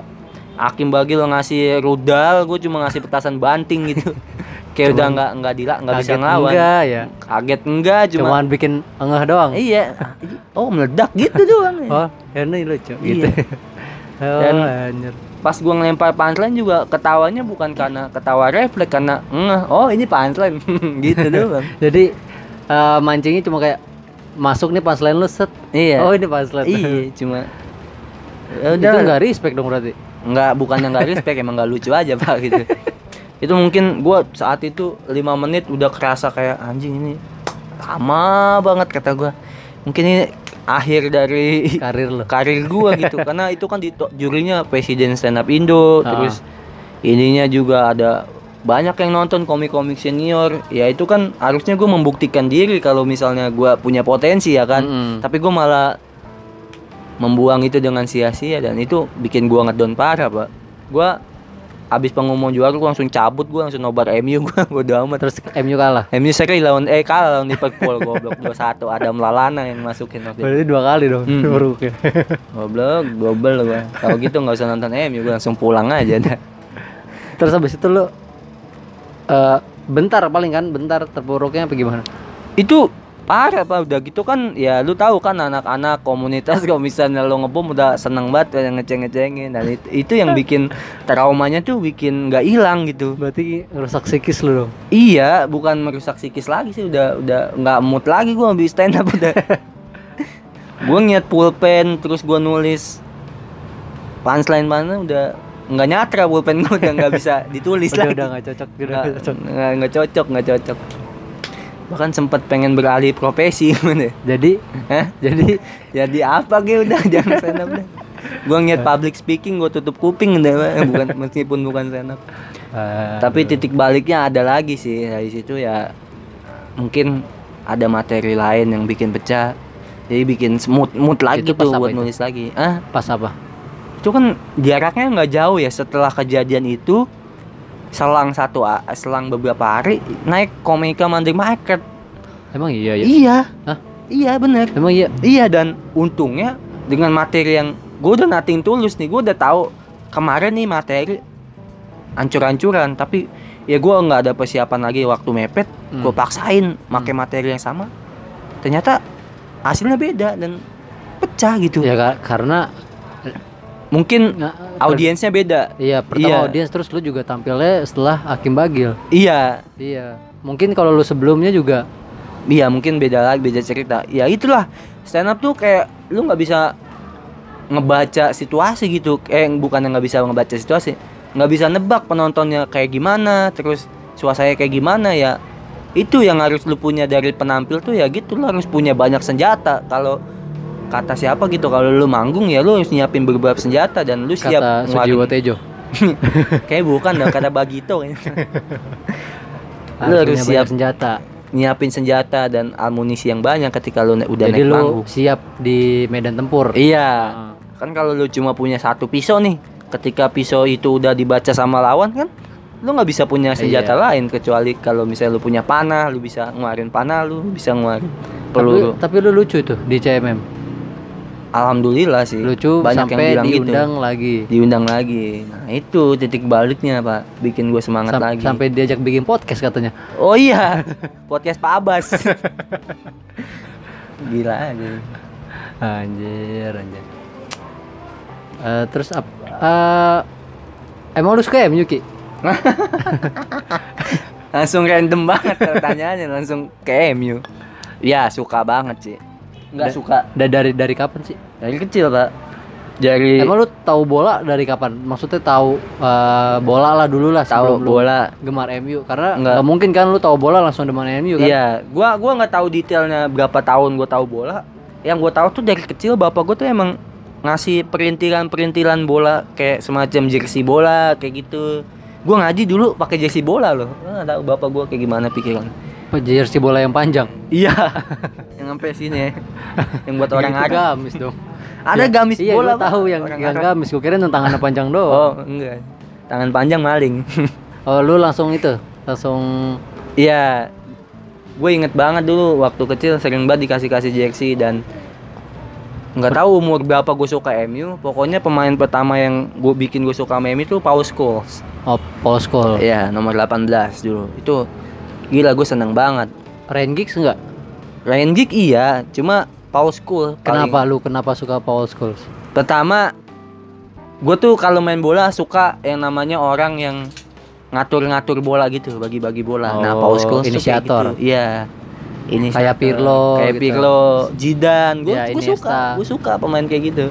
Speaker 2: Hakim Bagil ngasih rudal gua cuma ngasih petasan banting gitu kayak udah
Speaker 1: Cuman
Speaker 2: nggak nggak dila nggak bisa
Speaker 1: Kaget
Speaker 2: ngelawan
Speaker 1: Enggak ya.
Speaker 2: kaget enggak cuma
Speaker 1: Cuman bikin engeh doang.
Speaker 2: iya oh meledak gitu doang ya.
Speaker 1: Oh, ini lucu gitu.
Speaker 2: Iya.
Speaker 1: Oh,
Speaker 2: Dan-
Speaker 1: anjir.
Speaker 2: pas gua ngelempar punchline juga ketawanya bukan karena ketawa refleks karena "Ngeh, oh ini punchline gitu doang
Speaker 1: Jadi eh, mancingnya cuma kayak masuk nih pas lain lu set.
Speaker 2: iya
Speaker 1: Oh ini pas lain.
Speaker 2: iya cuma Ya udah.
Speaker 1: Oh, Itu nggak respect dong berarti.
Speaker 2: nggak bukan yang nggak respect emang nggak lucu aja pak gitu itu mungkin gua saat itu lima menit udah kerasa kayak anjing ini lama banget kata gua mungkin ini akhir dari
Speaker 1: Karir lo.
Speaker 2: karir gua gitu karena itu kan di to- jurinya presiden stand up Indo
Speaker 1: Ah.
Speaker 2: terus ininya juga ada banyak yang nonton komik-komik senior ya itu kan harusnya gua membuktikan diri kalau misalnya gua punya potensi ya kan
Speaker 1: Mm-mm.
Speaker 2: tapi gua malah membuang itu dengan sia-sia dan itu bikin gua ngedown parah pak gua abis pengumuman juara gua langsung cabut gua langsung nobar MU gua bodo amat
Speaker 1: Terus MU kalah.
Speaker 2: MU seri lawan eh kalah lawan Liverpool goblok 2-1 Adam Lalana yang masukin waktu itu.
Speaker 1: Berarti dua kali dong
Speaker 2: Mm.
Speaker 1: baru ke.
Speaker 2: Goblok, double gua. Kalau gitu nggak usah nonton MU, gua langsung pulang aja dah.
Speaker 1: Terus habis itu lo eh bentar paling kan bentar terpuruknya apa gimana?
Speaker 2: Itu parah pak udah gitu kan ya lu tahu kan anak-anak komunitas kalau misalnya lo ngebom udah seneng banget yang ngeceng-ngecengin dan itu, itu yang bikin traumanya tuh bikin nggak hilang gitu
Speaker 1: Berarti rusak psikis lo dong.
Speaker 2: iya bukan merusak psikis lagi sih udah udah nggak mood lagi gua habis stand up udah gua ngiat pulpen terus gua nulis punchline mana udah nggak nyatra pulpen gua udah nggak bisa ditulis
Speaker 1: Udah
Speaker 2: lagi
Speaker 1: udah nggak cocok, udah nggak
Speaker 2: nggak
Speaker 1: cocok.
Speaker 2: nggak- nggak cocok nggak cocok bahkan sempat pengen beralih profesi gimana ya.
Speaker 1: Jadi
Speaker 2: Hah?
Speaker 1: jadi
Speaker 2: jadi apa gue udah jangan stand up dah gue ngeliat public speaking gue tutup kuping udah Pak. Eh, bukan meskipun bukan stand up
Speaker 1: Eh.
Speaker 2: tapi titik baliknya ada lagi sih dari situ ya mungkin ada materi lain yang bikin pecah jadi bikin mood mood lagi
Speaker 1: Itu pas
Speaker 2: tuh
Speaker 1: apa
Speaker 2: buat
Speaker 1: itu?
Speaker 2: nulis lagi ah
Speaker 1: pas apa?
Speaker 2: itu kan jaraknya nggak jauh ya setelah kejadian itu selang satu a- selang beberapa hari naik komika mandiri market
Speaker 1: Emang iya ya.
Speaker 2: Iya.
Speaker 1: Hah?
Speaker 2: Iya bener.
Speaker 1: Emang iya.
Speaker 2: Iya dan untungnya dengan materi yang gue udah nating tulus nih, gue udah tahu kemarin nih materi ancur-ancuran, tapi ya gue nggak ada persiapan lagi waktu mepet,
Speaker 1: Hmm.
Speaker 2: gue paksain pakai materi yang sama. Ternyata hasilnya beda dan pecah gitu.
Speaker 1: Ya ka- karena
Speaker 2: Mungkin
Speaker 1: nggak-
Speaker 2: audiensnya beda.
Speaker 1: Iya, pertama
Speaker 2: Iya.
Speaker 1: audiens terus lu juga tampilnya setelah Hakim Bagil.
Speaker 2: Iya,
Speaker 1: Iya. Mungkin kalau lu sebelumnya juga
Speaker 2: iya mungkin beda lagi, beda cerita. Ya itulah stand up tuh kayak lu nggak bisa ngebaca situasi gitu eh bukan yang nggak bisa ngebaca situasi nggak bisa nebak penontonnya kayak gimana terus suasananya kayak gimana ya itu yang harus lu punya dari penampil tuh ya gitu lu harus punya banyak senjata kalau kata siapa gitu kalau lu manggung ya lu harus nyiapin beberapa senjata dan lu siap
Speaker 1: kata Sujiwo
Speaker 2: ngeluarin-
Speaker 1: Tejo.
Speaker 2: kayak bukan dah kata Bagito kayaknya. lu
Speaker 1: Harus punya
Speaker 2: harus siap
Speaker 1: banyak senjata.
Speaker 2: nyiapin senjata dan amunisi yang banyak ketika lu na- udah
Speaker 1: Jadi
Speaker 2: naik
Speaker 1: lu Ah.
Speaker 2: manggung
Speaker 1: siap di medan tempur.
Speaker 2: iya
Speaker 1: Heeh.
Speaker 2: kan kalau lu cuma punya satu pisau nih ketika pisau itu udah dibaca sama lawan kan lu nggak bisa punya senjata
Speaker 1: Iya.
Speaker 2: lain kecuali kalau misalnya lu punya panah lu bisa ngeluarin panah lu bisa ngeluarin
Speaker 1: Tapi,
Speaker 2: peluru
Speaker 1: tapi lu lucu tuh di CMM.
Speaker 2: alhamdulillah sih
Speaker 1: Lucu
Speaker 2: banyak yang
Speaker 1: sampai
Speaker 2: bilang
Speaker 1: diundang lagi.
Speaker 2: gitu diundang lagi nah itu titik baliknya pak bikin gue semangat
Speaker 1: Sam-
Speaker 2: lagi
Speaker 1: Sampai diajak bikin podcast katanya.
Speaker 2: oh iya podcast pak abas gila aja
Speaker 1: Anjir, anjir. Eh, terus ap, eh, emang lu suka ya MU Ki?
Speaker 2: langsung random banget pertanyaannya langsung ke MU ya suka banget sih nggak
Speaker 1: Da-
Speaker 2: suka
Speaker 1: Da- dari dari kapan sih?
Speaker 2: Dari kecil pak. Dari
Speaker 1: Emang lu tahu bola dari kapan? Maksudnya tahu eh, bola lah dulu lah
Speaker 2: tahu
Speaker 1: sebelum lu
Speaker 2: bola.
Speaker 1: gemar MU karena
Speaker 2: Nggak.
Speaker 1: nggak mungkin kan lu tahu bola langsung demen MU kan?
Speaker 2: Iya, gua gua nggak tahu detailnya berapa tahun gua tahu bola. Yang gua tahu tuh dari kecil bapak gua tuh emang ngasih perintilan-perintilan bola kayak semacam jersey bola kayak gitu. Gua ngaji dulu pakai jersey bola loh. Gua nggak Ah, tahu bapak gua kayak gimana pikiran.
Speaker 1: Apa, Jersey bola yang panjang.
Speaker 2: Iya. yang sampai sini ya. Yang buat
Speaker 1: Yang
Speaker 2: orang
Speaker 1: itu
Speaker 2: Arab.
Speaker 1: gamis dong.
Speaker 2: Ada
Speaker 1: Ya,
Speaker 2: gamis
Speaker 1: iya,
Speaker 2: bola.
Speaker 1: gua tahu
Speaker 2: Pak.
Speaker 1: yang
Speaker 2: Orang
Speaker 1: yang
Speaker 2: Arab.
Speaker 1: gamis. Gue kira yang tangannya panjang doang.
Speaker 2: Oh, enggak. Tangan panjang maling.
Speaker 1: Oh, lu langsung itu, langsung
Speaker 2: Iya, gue inget banget dulu waktu kecil sering banget dikasih kasih jersey dan nggak tahu umur berapa gue suka MU. Pokoknya pemain pertama yang gue bikin gue suka sama MU itu Paul Scholes.
Speaker 1: oh, poskol.
Speaker 2: Iya, nomor 18 dulu. Itu gila gue seneng banget.
Speaker 1: Rain gigs enggak?
Speaker 2: Ryan Giggs iya, cuma Paul Scholes. paling-
Speaker 1: Kenapa lu kenapa suka Paul Scholes?
Speaker 2: Pertama, gue tuh kalau main bola suka yang namanya orang yang ngatur-ngatur bola gitu, bagi-bagi bola. nah,
Speaker 1: Oh,
Speaker 2: Paul Scholes tuh kayak
Speaker 1: inisiator.
Speaker 2: gitu. Iya. Ini
Speaker 1: Kayak Pirlo
Speaker 2: kayak
Speaker 1: gitu.
Speaker 2: Pirlo, Zidane. Gue
Speaker 1: Ya,
Speaker 2: suka,
Speaker 1: Iniesta.
Speaker 2: gue suka pemain kayak gitu.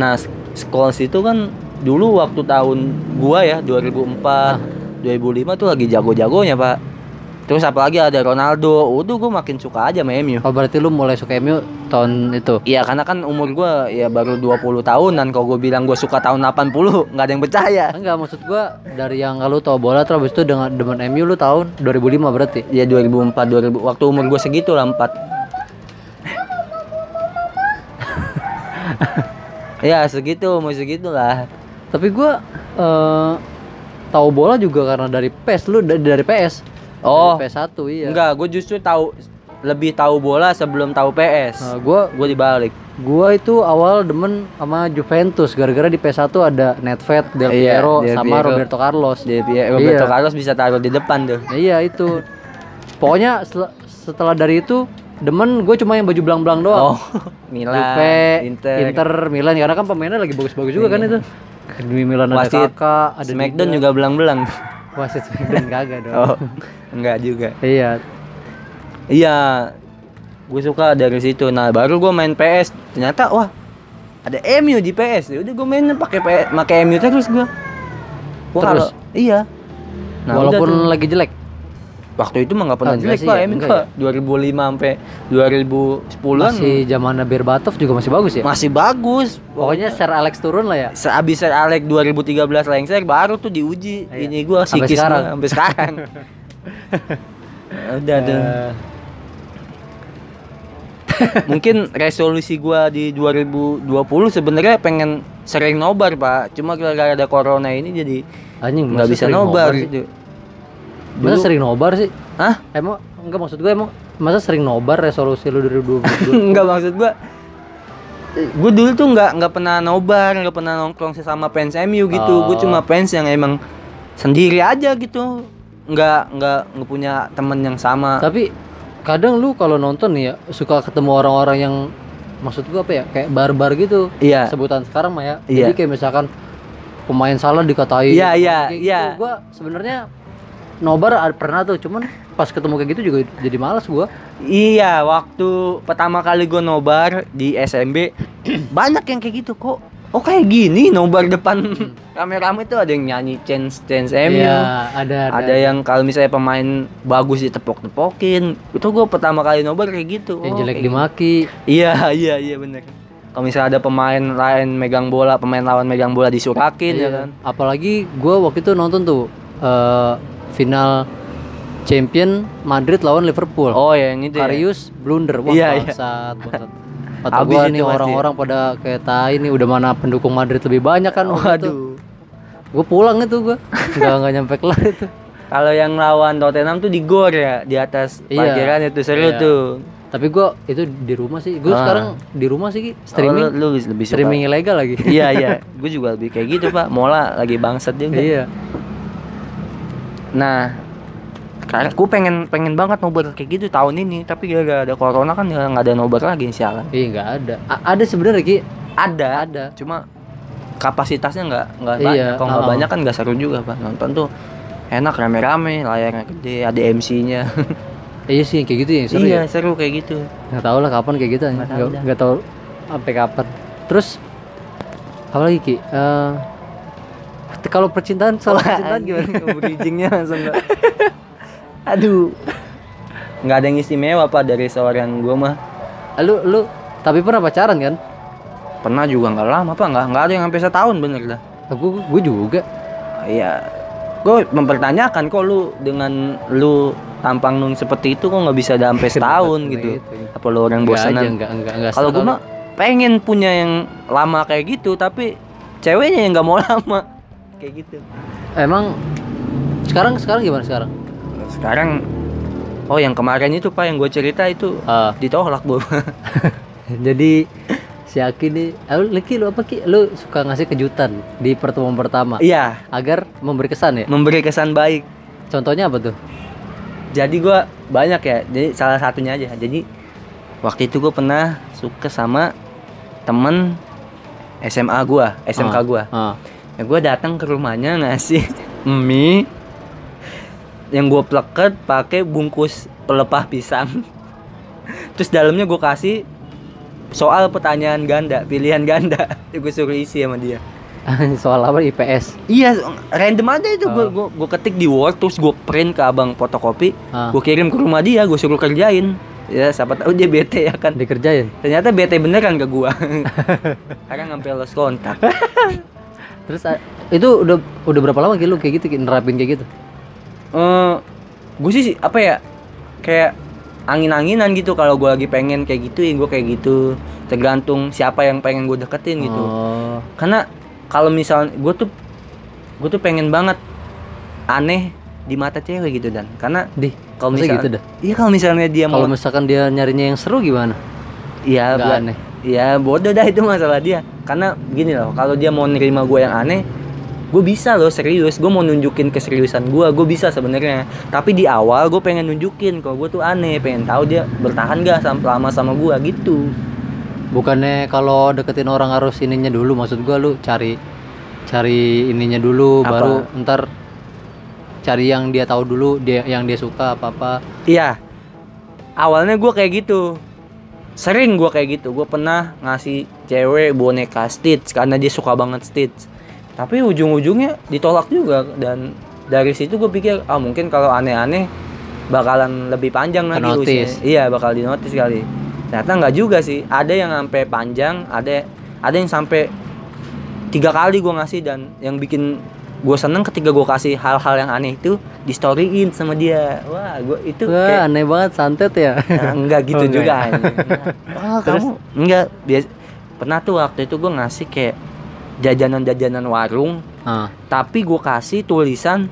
Speaker 2: Nah, s- sekolah situ kan dulu waktu tahun gua ya 2004
Speaker 1: Ah.
Speaker 2: 2005 tuh lagi jago-jagonya pak terus apalagi ada Ronaldo waduh gua makin suka aja sama MU
Speaker 1: Oh berarti lu mulai suka MU tahun itu.
Speaker 2: Iya karena kan umur gua ya baru 20 tahunan kalau gua bilang gua suka tahun 80 nggak ada yang percaya
Speaker 1: Enggak maksud gua dari yang lu tahu bola terus habis itu dengan demen MU lu tahun 2005 berarti.
Speaker 2: ya 2004 2000 waktu umur gue segitu lah 4 ya segitu umur segitu lah
Speaker 1: Tapi gua eh tahu bola juga karena dari PES lu da- dari PS.
Speaker 2: Oh.
Speaker 1: Dari PS1 iya.
Speaker 2: enggak gue justru tahu lebih tahu bola sebelum tahu
Speaker 1: Nah,
Speaker 2: PS
Speaker 1: gua
Speaker 2: gue dibalik
Speaker 1: Gua itu awal demen sama Juventus gara-gara di PS1 ada Nedved, Del
Speaker 2: Iya,
Speaker 1: Piero
Speaker 2: Del
Speaker 1: sama
Speaker 2: Piero.
Speaker 1: Roberto Carlos.
Speaker 2: jadi ya, Roberto
Speaker 1: Iya.
Speaker 2: Carlos bisa taruh di depan tuh
Speaker 1: Nah, iya itu. Pokoknya sel- setelah dari itu demen gue cuma yang baju belang-belang doang.
Speaker 2: oh Milan
Speaker 1: Juve, Inter.
Speaker 2: Inter,
Speaker 1: Milan karena kan pemainnya lagi bagus-bagus juga kan itu. Demi Milan ada
Speaker 2: Wasit,
Speaker 1: Kakak, ada
Speaker 2: Smackdown juga belang-belang
Speaker 1: Dida. Wasit Smackdown kagak dong.
Speaker 2: oh enggak juga
Speaker 1: Iya.
Speaker 2: Iya, gue suka dari situ. Nah baru gue main PS, ternyata wah ada MU di PS. Udah gue mainnya pakai PS, pakai MU terus gue. Wah,
Speaker 1: Terus?
Speaker 2: kalau- iya. Nah,
Speaker 1: Walaupun
Speaker 2: udah tuh.
Speaker 1: lagi jelek.
Speaker 2: waktu itu mah nggak pernah
Speaker 1: Ah, enggak
Speaker 2: jelek
Speaker 1: sih,
Speaker 2: pak
Speaker 1: ya,
Speaker 2: MU
Speaker 1: enggak
Speaker 2: pak. 2005 sampai 2010an
Speaker 1: Masih zamannya Berbatov juga masih bagus ya.
Speaker 2: masih bagus.
Speaker 1: Pokoknya Sir Alex turun lah ya.
Speaker 2: Seabis Sir Alex 2013 lengser baru tuh diuji
Speaker 1: Iya.
Speaker 2: ini gue
Speaker 1: Sampai
Speaker 2: psikis
Speaker 1: sekarang.
Speaker 2: gua, sampai sekarang. udah udah.
Speaker 1: Eh,
Speaker 2: mungkin resolusi gua di 2020 sebenarnya pengen sering nobar pak cuma gara-gara ada corona ini jadi
Speaker 1: anjing
Speaker 2: nggak
Speaker 1: masa
Speaker 2: bisa
Speaker 1: sering ya?
Speaker 2: nobar
Speaker 1: sih?
Speaker 2: gitu
Speaker 1: Masa
Speaker 2: Dulu-
Speaker 1: sering nobar sih?
Speaker 2: Hah?
Speaker 1: Emang enggak maksud gue emang masa sering nobar resolusi lu dari dulu
Speaker 2: nggak maksud gua gue dulu tuh nggak nggak pernah nobar nggak pernah nongkrong sesama fans MU gitu
Speaker 1: Oh.
Speaker 2: gue cuma fans yang emang sendiri aja gitu nggak nggak nggak punya temen yang sama
Speaker 1: Tapi kadang lu kalau nonton nih ya suka ketemu orang-orang yang maksud gua apa ya kayak barbar gitu
Speaker 2: Iya.
Speaker 1: sebutan sekarang mah ya. Jadi
Speaker 2: Iya.
Speaker 1: kayak misalkan pemain salah dikatain.
Speaker 2: Iya, iya,
Speaker 1: Kayak
Speaker 2: iya.
Speaker 1: gitu. Gua sebenarnya nobar ada- pernah tuh cuman pas ketemu kayak gitu juga jadi malas gua.
Speaker 2: Iya, waktu pertama kali gue nobar di SMB banyak yang kayak gitu kok. Oh kayak gini nobar depan rame-rame tuh ada yang nyanyi chance chance MU.
Speaker 1: Iya, ada
Speaker 2: Ada yang kalau misalnya pemain bagus ditepok-tepokin. Itu gue pertama kali nobar kayak gitu.
Speaker 1: yang
Speaker 2: Oh,
Speaker 1: jelek
Speaker 2: kayak
Speaker 1: dimaki.
Speaker 2: gini. Iya, iya, iya bener. Kalau misalnya ada pemain lain megang bola, pemain lawan megang bola disurakin ya
Speaker 1: Iya.
Speaker 2: kan.
Speaker 1: Apalagi gua waktu itu nonton tuh eh, final Champion Madrid lawan Liverpool.
Speaker 2: Oh ya yang itu. ya.
Speaker 1: Karius blunder wah
Speaker 2: Iya, iya.
Speaker 1: bangsat bangsat. Kata
Speaker 2: Abis
Speaker 1: gua
Speaker 2: itu
Speaker 1: nih
Speaker 2: pasti.
Speaker 1: orang-orang pada kayak tai nih udah mana pendukung Madrid lebih banyak kan waktu itu.
Speaker 2: Waduh.
Speaker 1: Gua pulang itu gua. Enggak enggak nyampe kelar itu.
Speaker 2: Kalau yang lawan Tottenham tuh di gor ya, di atas
Speaker 1: Iya.
Speaker 2: parkiran itu seru
Speaker 1: Iya.
Speaker 2: tuh.
Speaker 1: Tapi gua itu di rumah sih. Gua
Speaker 2: Ah.
Speaker 1: sekarang di rumah sih Ki. streaming
Speaker 2: Oh, lu, lu lebih suka.
Speaker 1: streaming ilegal lagi.
Speaker 2: iya iya gue juga lebih kayak gitu pak mola lagi bangsat juga
Speaker 1: iya.
Speaker 2: nah karena gue pengen pengen banget nobar kayak gitu tahun ini tapi gara-gara ada corona kan ya nggak ada nobar lagi sialan
Speaker 1: Ih enggak Iya, ada. A- ada sebenarnya Ki.
Speaker 2: ada
Speaker 1: Ada.
Speaker 2: cuma kapasitasnya nggak nggak
Speaker 1: Iya,
Speaker 2: banyak kalau nggak
Speaker 1: oh.
Speaker 2: banyak kan nggak seru juga pak nonton tuh enak rame-rame layarnya gede ada MC-nya
Speaker 1: Iya sih kayak gitu ya seru
Speaker 2: iya
Speaker 1: ya.
Speaker 2: seru kayak gitu
Speaker 1: Enggak tahu lah kapan kayak gitu
Speaker 2: Nggak tahu
Speaker 1: enggak
Speaker 2: dah.
Speaker 1: enggak tahu sampai kapan. Terus apa lagi Ki? Eh, kalau percintaan soal percintaan gimana?
Speaker 2: bridgingnya langsung nggak- aduh nggak ada yang istimewa pak dari seorang gue mah
Speaker 1: Eh, Lu lu tapi pernah pacaran kan?
Speaker 2: pernah juga nggak lama apa nggak nggak ada yang sampai setahun bener dah
Speaker 1: Aku gue Eh, juga.
Speaker 2: iya gue mempertanyakan kok lu dengan lu tampang nung seperti itu kok nggak bisa ada sampai setahun
Speaker 1: Bener
Speaker 2: gitu
Speaker 1: itu.
Speaker 2: apa lu orang
Speaker 1: Enggak aja
Speaker 2: bosanan
Speaker 1: enggak enggak enggak.
Speaker 2: kalau gue
Speaker 1: setahun.
Speaker 2: mah pengen punya yang lama kayak gitu tapi ceweknya yang nggak mau lama kayak gitu
Speaker 1: emang sekarang sekarang gimana sekarang?
Speaker 2: sekarang oh yang kemarin itu pak yang gue cerita itu
Speaker 1: Ah,
Speaker 2: ditolak bu
Speaker 1: jadi si Aki nih, eh, lu Leki lu apa Ki? Lu suka ngasih kejutan di pertemuan pertama
Speaker 2: iya
Speaker 1: agar memberi kesan ya.
Speaker 2: memberi kesan baik
Speaker 1: Contohnya apa tuh?
Speaker 2: jadi gua banyak ya jadi salah satunya aja jadi waktu itu gue pernah suka sama temen SMA gua SMK
Speaker 1: Ah.
Speaker 2: gua
Speaker 1: Ah,
Speaker 2: ya gue datang ke rumahnya ngasih mie yang gue pleket pakai bungkus pelepah pisang terus dalamnya gue kasih soal pertanyaan ganda pilihan ganda gue suruh isi sama dia
Speaker 1: soal apa IPS
Speaker 2: iya random aja itu gue
Speaker 1: Oh.
Speaker 2: gue gue ketik di word terus gue print ke abang fotokopi
Speaker 1: Ah.
Speaker 2: gue kirim ke rumah dia gue suruh kerjain ya siapa tahu dia bete ya kan
Speaker 1: dikerjain
Speaker 2: ternyata bete beneran ke gua karena ngambil los kontak
Speaker 1: terus ah, itu udah udah berapa lama gitu lu kayak gitu kayak nerapin kayak gitu
Speaker 2: eh gue sih apa ya kayak angin-anginan gitu kalau gue lagi pengen kayak gitu ya gue kayak gitu tergantung siapa yang pengen gue deketin gitu
Speaker 1: oh,
Speaker 2: karena kalau misalnya gue tuh gue tuh pengen banget aneh di mata cewek gitu dan karena
Speaker 1: dih
Speaker 2: kalau
Speaker 1: Masa
Speaker 2: misalnya
Speaker 1: gitu dah?
Speaker 2: iya kalau misalnya dia
Speaker 1: kalau
Speaker 2: mau
Speaker 1: misalkan dia nyarinya yang seru gimana
Speaker 2: iya
Speaker 1: nggak
Speaker 2: buat-
Speaker 1: aneh.
Speaker 2: iya bodoh dah itu masalah dia karena gini loh kalau dia mau nerima gue yang aneh gue bisa loh serius gue mau nunjukin keseriusan gue gue bisa sebenarnya tapi di awal gue pengen nunjukin kalau gue tuh aneh pengen tahu dia bertahan gak sam- lama sama gue gitu
Speaker 1: bukannya kalau deketin orang harus ininya dulu maksud gua lu cari cari ininya dulu
Speaker 2: Apa?
Speaker 1: baru ntar cari yang dia tahu dulu dia yang dia suka apa apa
Speaker 2: Iya. Awalnya gue kayak gitu. Sering gue kayak gitu. Gue pernah ngasih cewek boneka Stitch karena dia suka banget Stitch. Tapi ujung-ujungnya ditolak juga dan dari situ gue pikir ah mungkin kalau aneh-aneh bakalan lebih panjang nanti
Speaker 1: Kenotis.
Speaker 2: usianya. Iya bakal dinotis kali. Ternyata nggak juga sih. Ada yang sampai panjang, ada ada yang sampai tiga kali gue ngasih dan yang bikin gue seneng ketika gue kasih hal-hal yang aneh itu di storyin sama dia. Wah gue itu
Speaker 1: wah
Speaker 2: kayak-
Speaker 1: aneh banget santet ya
Speaker 2: Nah, enggak gitu
Speaker 1: Oh, enggak
Speaker 2: juga
Speaker 1: ya?
Speaker 2: anjing. Nah, oh, kamu enggak bias pernah tuh waktu itu gue ngasih kayak jajanan-jajanan warung
Speaker 1: ah
Speaker 2: tapi gue kasih tulisan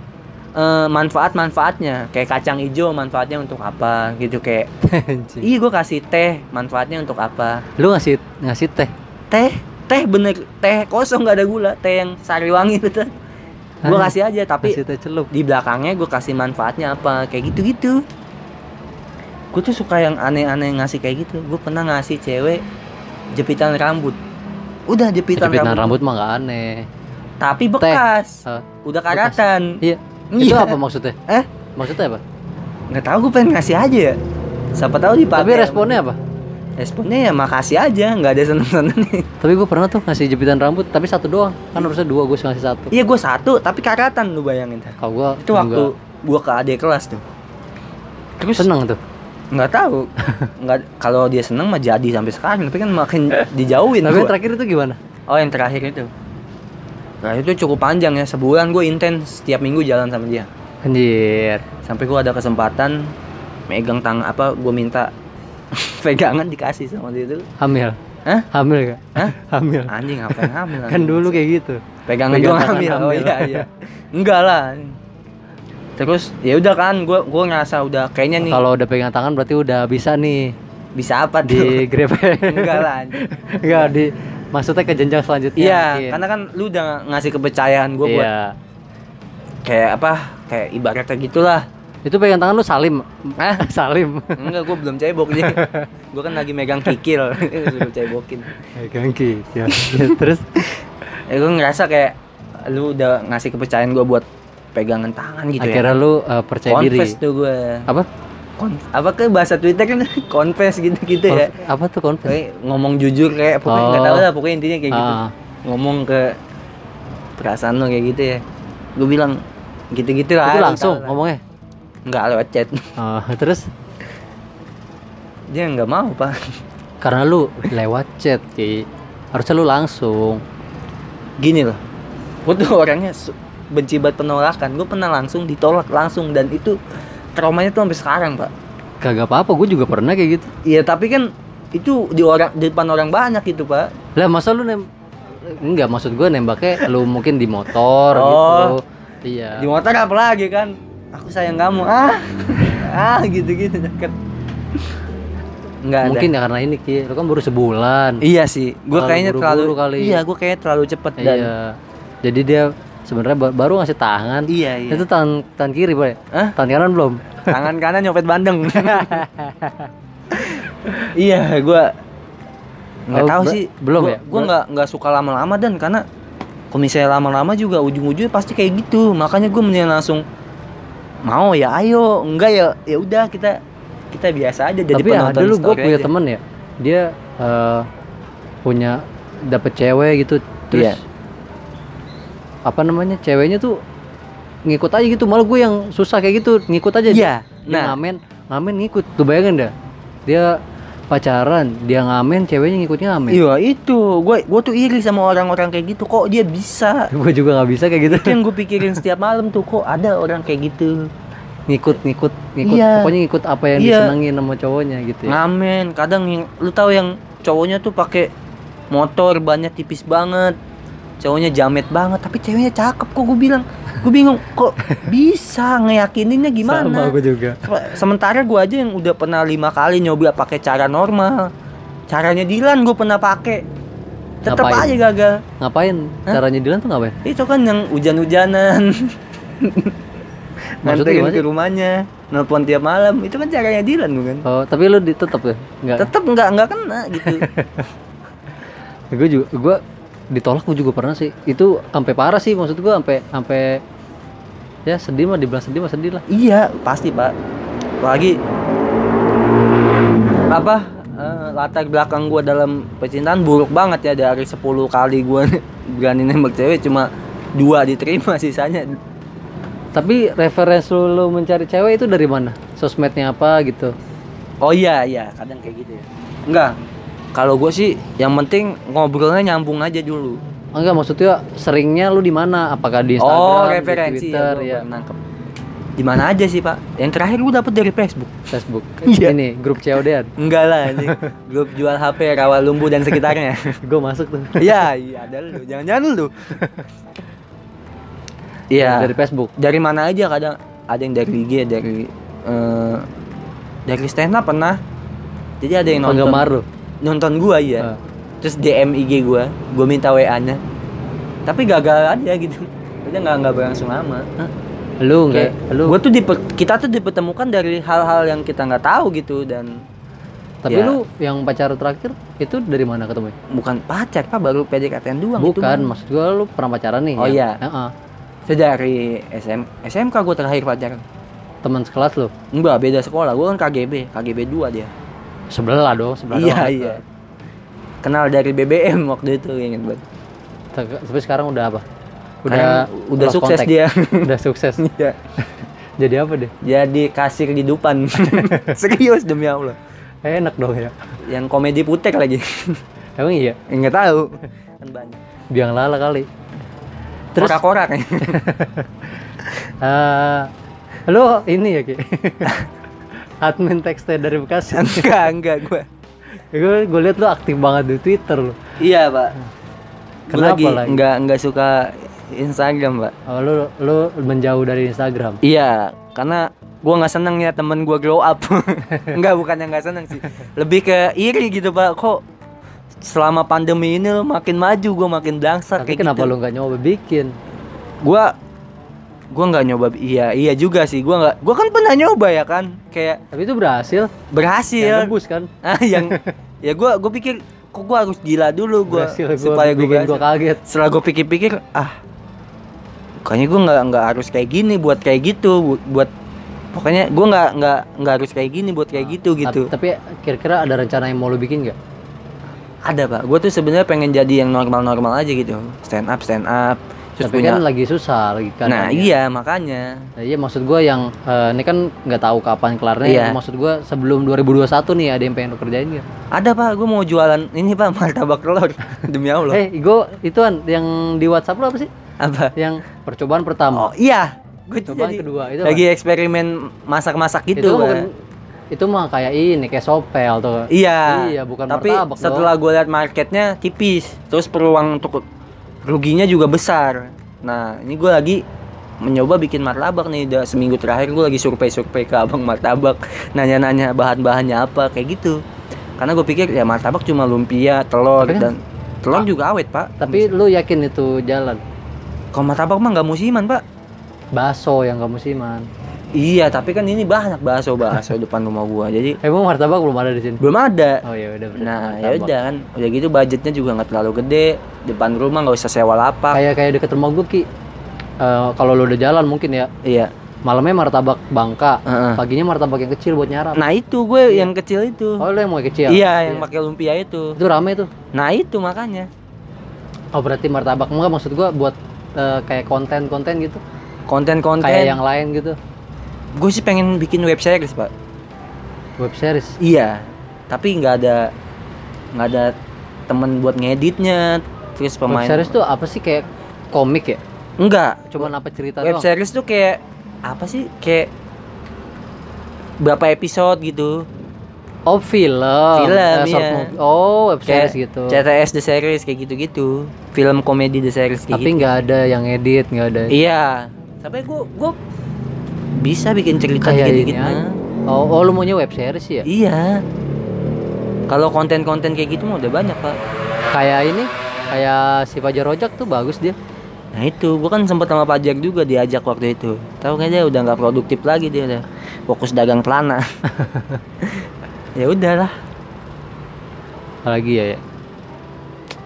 Speaker 2: eh, manfaat-manfaatnya kayak kacang hijau manfaatnya untuk apa gitu kayak
Speaker 1: anjing.
Speaker 2: ih gue kasih teh manfaatnya untuk apa
Speaker 1: lu ngasih ngasih teh
Speaker 2: teh teh bener teh kosong gak ada gula teh yang sari wangi itu gue
Speaker 1: Ah,
Speaker 2: kasih aja tapi
Speaker 1: ngasih teh celup
Speaker 2: di belakangnya gue kasih manfaatnya apa kayak gitu gitu gue tuh suka yang aneh-aneh ngasih kayak gitu gue pernah ngasih cewek jepitan rambut udah jepitan,
Speaker 1: jepitan
Speaker 2: rambut,
Speaker 1: Eh, rambut mah nggak aneh
Speaker 2: tapi bekas
Speaker 1: Eh,
Speaker 2: udah karatan
Speaker 1: iya itu
Speaker 2: Iya.
Speaker 1: apa maksudnya
Speaker 2: Eh?
Speaker 1: maksudnya apa
Speaker 2: nggak tahu gue pengen ngasih aja ya siapa tahu dipakai
Speaker 1: tapi responnya apa
Speaker 2: responnya ya makasih aja nggak ada seneng seneng
Speaker 1: tapi gue pernah tuh ngasih jepitan rambut tapi satu doang kan harusnya dua gue ngasih satu
Speaker 2: iya gue satu tapi karatan lu bayangin
Speaker 1: kalau gue
Speaker 2: itu waktu gue ke adik kelas tuh terus
Speaker 1: seneng tuh
Speaker 2: nggak tahu nggak kalau dia seneng mah jadi sampai sekarang tapi kan makin dijauhin
Speaker 1: tapi
Speaker 2: gua.
Speaker 1: yang terakhir itu gimana
Speaker 2: Oh yang terakhir itu Terakhir itu cukup panjang ya Sebulan gue intens Setiap minggu jalan sama dia
Speaker 1: anjir
Speaker 2: Sampai gue ada kesempatan Megang tangan apa Gue minta Pegangan dikasih sama dia itu
Speaker 1: hamil
Speaker 2: Hah?
Speaker 1: hamil gak
Speaker 2: Hah?
Speaker 1: hamil
Speaker 2: Anjing apa yang Ah, hamil
Speaker 1: kan dulu kayak gitu
Speaker 2: Pegangan
Speaker 1: Pegang
Speaker 2: doang
Speaker 1: tangan
Speaker 2: hamil Oh
Speaker 1: hamil.
Speaker 2: iya iya Enggak lah Terus ya udah kan gue gua ngerasa udah kayaknya Iya nih
Speaker 1: kalau udah pegang tangan berarti udah bisa nih
Speaker 2: bisa apa tuh
Speaker 1: di grab
Speaker 2: Enggak lah anjing.
Speaker 1: enggak di maksudnya ke jenjang selanjutnya Iya.
Speaker 2: Iya, karena kan lu udah ngasih kepercayaan
Speaker 1: gue
Speaker 2: gue buat kayak apa kayak ibaratnya gitulah
Speaker 1: itu pegang tangan lu salim
Speaker 2: Hah?
Speaker 1: salim
Speaker 2: Enggak, gue belum cebok nih. gue kan lagi megang kikil, belum cebokin.
Speaker 1: ganti ya. terus
Speaker 2: Ya, gue ngerasa kayak lu udah ngasih kepercayaan gue buat pegangan tangan gitu
Speaker 1: akhirnya lu uh,
Speaker 2: ya.
Speaker 1: percaya
Speaker 2: Confess
Speaker 1: diri
Speaker 2: tuh gue.
Speaker 1: apa
Speaker 2: apa ke bahasa Twitter kan confess gitu-gitu ya.
Speaker 1: Konf- apa tuh konfes
Speaker 2: Kayak ngomong jujur kayak pokoknya nggak tahu
Speaker 1: Oh.
Speaker 2: lah pokoknya intinya kayak gitu.
Speaker 1: Ah.
Speaker 2: Ngomong ke perasaan lo kayak gitu ya. Gue bilang gitu-gitu lah.
Speaker 1: itu
Speaker 2: lu
Speaker 1: langsung
Speaker 2: tau lah.
Speaker 1: ngomongnya
Speaker 2: Nggak lewat chat.
Speaker 1: Ah, terus
Speaker 2: Dia nggak mau, Pak.
Speaker 1: karena lu lewat chat Ki. harusnya lu langsung
Speaker 2: gini loh gue tuh orangnya su- benci banget penolakan gue pernah langsung ditolak langsung dan itu traumanya tuh sampai sekarang pak
Speaker 1: kagak apa-apa gue juga pernah kayak gitu
Speaker 2: iya tapi kan itu di orang di depan orang banyak gitu pak
Speaker 1: lah masa lu nem enggak maksud gue nembaknya lu mungkin di motor
Speaker 2: Oh.
Speaker 1: gitu iya
Speaker 2: di motor apa lagi kan aku sayang kamu ah ah gitu gitu kan nggak ada.
Speaker 1: mungkin ya karena ini Ki lu kan baru sebulan
Speaker 2: iya sih gue
Speaker 1: Terlalu
Speaker 2: kayaknya terlalu
Speaker 1: buru-buru kali.
Speaker 2: iya gue kayaknya terlalu cepet dan
Speaker 1: iya jadi dia sebenarnya ba- baru ngasih tangan
Speaker 2: iya iya
Speaker 1: itu tangan tangan kiri boleh
Speaker 2: Hah?
Speaker 1: tangan kanan belum
Speaker 2: tangan kanan nyopet bandeng iya gua nggak
Speaker 1: Oh,
Speaker 2: tahu
Speaker 1: ber-
Speaker 2: sih
Speaker 1: belum
Speaker 2: Gua-
Speaker 1: ya?
Speaker 2: gua nggak nggak suka lama-lama dan karena kalau misalnya lama-lama juga ujung-ujungnya pasti kayak gitu makanya gue mendingan langsung mau ya ayo enggak ya ya udah kita kita biasa aja jadi
Speaker 1: tapi ada
Speaker 2: penonton
Speaker 1: lu gue
Speaker 2: story
Speaker 1: punya
Speaker 2: aja.
Speaker 1: temen ya dia eh, punya dapet cewek gitu terus
Speaker 2: Iya.
Speaker 1: apa namanya ceweknya tuh ngikut aja gitu malah gue yang susah kayak gitu ngikut aja
Speaker 2: Iya,
Speaker 1: dia
Speaker 2: nah.
Speaker 1: ngamen ngamen ngikut tuh bayangin dah dia pacaran dia ngamen ceweknya ngikutnya ngamen
Speaker 2: Iya itu, gue gue tuh iri sama orang-orang kayak gitu. Kok dia bisa?
Speaker 1: gue juga nggak bisa kayak gitu
Speaker 2: Itu yang gue pikirin setiap malam tuh. Kok ada orang kayak gitu?
Speaker 1: ngikut ngikut ngikut
Speaker 2: Iya.
Speaker 1: pokoknya ngikut apa yang
Speaker 2: Iya. Nah,
Speaker 1: disenangin sama cowoknya gitu ya.
Speaker 2: Ngamen. Kadang yang- lu tahu yang cowoknya tuh pakai motor bannya tipis banget. Cowoknya jamet banget, tapi ceweknya cakep kok gue bilang. Gue bingung kok bisa ngeyakininnya
Speaker 1: sama
Speaker 2: gimana?
Speaker 1: gue juga
Speaker 2: Se- Sementara gue aja yang udah pernah lima kali nyoba pakai cara normal. Caranya Dilan gue pernah pakai. Tetap
Speaker 1: Ngapain?
Speaker 2: aja gagal.
Speaker 1: ngapain
Speaker 2: Hah?
Speaker 1: caranya Dilan tuh ngapain
Speaker 2: Itu kan yang hujan-hujanan.
Speaker 1: Maksudnya
Speaker 2: Nganterin
Speaker 1: gimana
Speaker 2: ke rumahnya, nelpon tiap malam. Itu kan caranya Dilan bukan?
Speaker 1: oh, tapi lu di- tetep ya nggak
Speaker 2: Tetap nggak nggak kena gitu.
Speaker 1: gue juga gue ditolak gue juga pernah sih itu sampai parah sih maksud gue sampai sampai ya sedih mah dibilang sedih mah sedih lah
Speaker 2: iya, pasti, Pak. Apalagi apa? eh, latar belakang gua dalam percintaan buruk banget ya dari 10 kali gua berani nembak cewek cuma dua diterima sisanya
Speaker 1: tapi referensi lu, lu mencari cewek itu dari mana sosmednya apa gitu
Speaker 2: Oh iya iya kadang kayak gitu ya. Enggak. Kalau gue sih yang penting ngobrolnya nyambung aja dulu.
Speaker 1: Oh, enggak maksudnya seringnya lu di mana apakah di Instagram
Speaker 2: oh
Speaker 1: di
Speaker 2: referensi
Speaker 1: Twitter
Speaker 2: ya.
Speaker 1: ya,
Speaker 2: gua nangkep. Di mana aja sih pak? Yang terakhir gue dapet dari Facebook.
Speaker 1: Facebook
Speaker 2: Iya.
Speaker 1: ini grup COD-an
Speaker 2: Enggak lah ini grup jual HP Rawalumbu dan sekitarnya.
Speaker 1: gue masuk tuh
Speaker 2: Iya iya ada lu. Jangan-jangan lu.
Speaker 1: dari
Speaker 2: Iya.
Speaker 1: Facebook
Speaker 2: Dari mana aja kadang ada yang dari IG dari eh, dari stand up pernah. Jadi ada yang nonton
Speaker 1: penggemar lu
Speaker 2: nonton gua ya.
Speaker 1: Ah.
Speaker 2: terus DM IG gue, gue minta WA-nya, tapi gagal aja gitu, udah nggak nggak berlangsung lama.
Speaker 1: lu enggak lu
Speaker 2: Gue tuh diper, kita tuh dipertemukan dari hal-hal yang kita nggak tahu gitu dan
Speaker 1: tapi
Speaker 2: ya.
Speaker 1: lu yang pacar terakhir itu dari mana ketemu
Speaker 2: bukan pacar pak, baru PDKT-an doang. itu
Speaker 1: bukan
Speaker 2: mah.
Speaker 1: maksud gua lu pernah pacaran nih
Speaker 2: Oh,
Speaker 1: ya?
Speaker 2: iya.
Speaker 1: Heeh.
Speaker 2: Itu dari SM, SMK gue terakhir pacaran.
Speaker 1: teman sekelas lu
Speaker 2: Enggak, beda sekolah. Gue kan KGB, KGB 2 dia.
Speaker 1: sebelah dong sebelah
Speaker 2: iya
Speaker 1: doang.
Speaker 2: iya. Kenal dari BBM waktu itu inget banget.
Speaker 1: Teg- tapi sekarang udah apa
Speaker 2: Karena Kan udah
Speaker 1: lost
Speaker 2: sukses
Speaker 1: contact.
Speaker 2: dia.
Speaker 1: udah sukses
Speaker 2: Iya.
Speaker 1: jadi apa deh
Speaker 2: Jadi kasir di Dupan. Serius demi Allah.
Speaker 1: Eh, enak dong ya
Speaker 2: Yang komedi puter lagi.
Speaker 1: emang iya
Speaker 2: Enggak tahu. Kan banyak.
Speaker 1: biang lala kali
Speaker 2: Terus
Speaker 1: terus
Speaker 2: korak-korak.
Speaker 1: eh, lu ini ya ki admin tekstil dari bekasi
Speaker 2: enggak, enggak gua.
Speaker 1: gue gue liat lu aktif banget di twitter lu
Speaker 2: Iya, Pak. Gua
Speaker 1: Kenapa
Speaker 2: lagi
Speaker 1: lagi?
Speaker 2: enggak enggak suka Instagram, Pak.
Speaker 1: Oh, lu lu menjauh dari instagram
Speaker 2: Iya, karena gua nggak seneng ya temen gua grow up. enggak, bukan yang nggak seneng sih. Lebih ke iri gitu, Pak. Kok selama pandemi ini lo makin maju, gua makin blangsek
Speaker 1: tapi kenapa lu nggak nyoba bikin
Speaker 2: Gua gua nggak nyoba iya iya juga sih gua nggak gua kan pernah nyoba ya kan kayak
Speaker 1: tapi itu berhasil yang
Speaker 2: berhasil
Speaker 1: nebus kan
Speaker 2: ah yang ya gue gue pikir kok gue harus gila dulu gue
Speaker 1: berhasil gua
Speaker 2: supaya gue
Speaker 1: bikin gue kaget
Speaker 2: setelah gue pikir-pikir ah kayaknya gue nggak nggak harus kayak gini buat kayak gitu bu- buat pokoknya gue nggak nggak nggak harus kayak gini buat kayak gitu gitu
Speaker 1: Ta- tapi kira-kira ada rencana yang mau lu bikin nggak
Speaker 2: ada pak gue tuh sebenarnya pengen jadi yang normal-normal aja gitu stand up stand up terus
Speaker 1: tapi
Speaker 2: punya
Speaker 1: kan lagi susah lagi kan
Speaker 2: nah iya makanya
Speaker 1: Nah, iya maksud gua yang eh, ini kan nggak tahu kapan kelarnya
Speaker 2: Iya.
Speaker 1: maksud gua sebelum 2021 nih ada yang pengen lu kerjain nggak
Speaker 2: ada pak gue mau jualan ini pak martabak telur demi allah
Speaker 1: eh gua ituan yang di WhatsApp lu apa sih
Speaker 2: apa
Speaker 1: yang percobaan pertama
Speaker 2: oh iya gue tuh
Speaker 1: percobaan
Speaker 2: jadi
Speaker 1: kedua itu
Speaker 2: lagi eksperimen masak-masak
Speaker 1: apa?
Speaker 2: gitu
Speaker 1: itu
Speaker 2: Pak.
Speaker 1: bukan itu mah kayak ini kayak sopel tuh
Speaker 2: Iya.
Speaker 1: Iya, bukan
Speaker 2: Tapi
Speaker 1: martabak dong.
Speaker 2: setelah gue lihat marketnya tipis, terus peluang untuk ruginya juga besar. Nah, ini gue lagi mencoba bikin martabak nih. Udah seminggu terakhir gue lagi survei-survei ke abang martabak, nanya-nanya bahan-bahannya apa kayak gitu. Karena gue pikir ya martabak cuma lumpia, telur
Speaker 1: Tapi kan-
Speaker 2: dan telur juga awet pak.
Speaker 1: tapi lu yakin itu jalan
Speaker 2: kalau martabak mah nggak musiman pak.
Speaker 1: baso yang gak musiman
Speaker 2: Iya, tapi kan ini banyak bakso-bakso depan rumah gua. Jadi
Speaker 1: emang Eh, martabak belum ada di sini
Speaker 2: belum ada.
Speaker 1: oh ya udah berarti
Speaker 2: Nah,
Speaker 1: martabak.
Speaker 2: ya udah kan. Udah gitu budgetnya juga nggak terlalu gede. Depan rumah nggak usah sewa lapak.
Speaker 1: kayak kayak deket rumah gue ki Eh, kalau lu udah jalan mungkin ya
Speaker 2: Iya.
Speaker 1: malamnya martabak Bangka,
Speaker 2: Heeh.
Speaker 1: paginya martabak yang kecil buat nyarap.
Speaker 2: Nah itu gue yang kecil itu.
Speaker 1: Iya. Oh, lu yang mau yang kecil?
Speaker 2: Mm. Iya, yang pakai lumpia itu.
Speaker 1: Itu rame tuh.
Speaker 2: Nah itu makanya
Speaker 1: Oh, berarti martabak enggak maksud gua buat eh, kayak konten-konten gitu,
Speaker 2: konten-konten.
Speaker 1: kayak yang lain gitu,
Speaker 2: Gue sih pengen bikin web series pak.
Speaker 1: web series.
Speaker 2: Iya, tapi nggak ada nggak ada temen buat ngeditnya. Terus pemain.
Speaker 1: Web series tuh apa sih kayak komik ya?
Speaker 2: Enggak.
Speaker 1: Cuman apa cerita
Speaker 2: Web
Speaker 1: doang?
Speaker 2: series tuh kayak apa sih? Kayak berapa episode gitu.
Speaker 1: Oh, film.
Speaker 2: Film,
Speaker 1: Eh, short
Speaker 2: iya.
Speaker 1: movie. Oh, web series
Speaker 2: Kayak
Speaker 1: gitu.
Speaker 2: CTS the series kayak gitu-gitu. Film komedi the series kayak
Speaker 1: Tapi
Speaker 2: gitu.
Speaker 1: nggak ada yang edit, nggak ada.
Speaker 2: Iya. Sampai gue gue bisa bikin cerita
Speaker 1: Kayak
Speaker 2: kan
Speaker 1: ini
Speaker 2: gitu-gitu.
Speaker 1: aja. Oh, oh, lu maunya web series ya?
Speaker 2: Iya. Kalau konten-konten kayak gitu mah udah banyak, Pak.
Speaker 1: Kayak ini, kayak si Fajar Rojak tuh bagus dia.
Speaker 2: Nah itu, gua kan sempet sama pajak juga diajak waktu itu. Tahu kan dia udah nggak produktif lagi dia udah fokus dagang celana. ya udahlah,
Speaker 1: Apalagi ya, ya?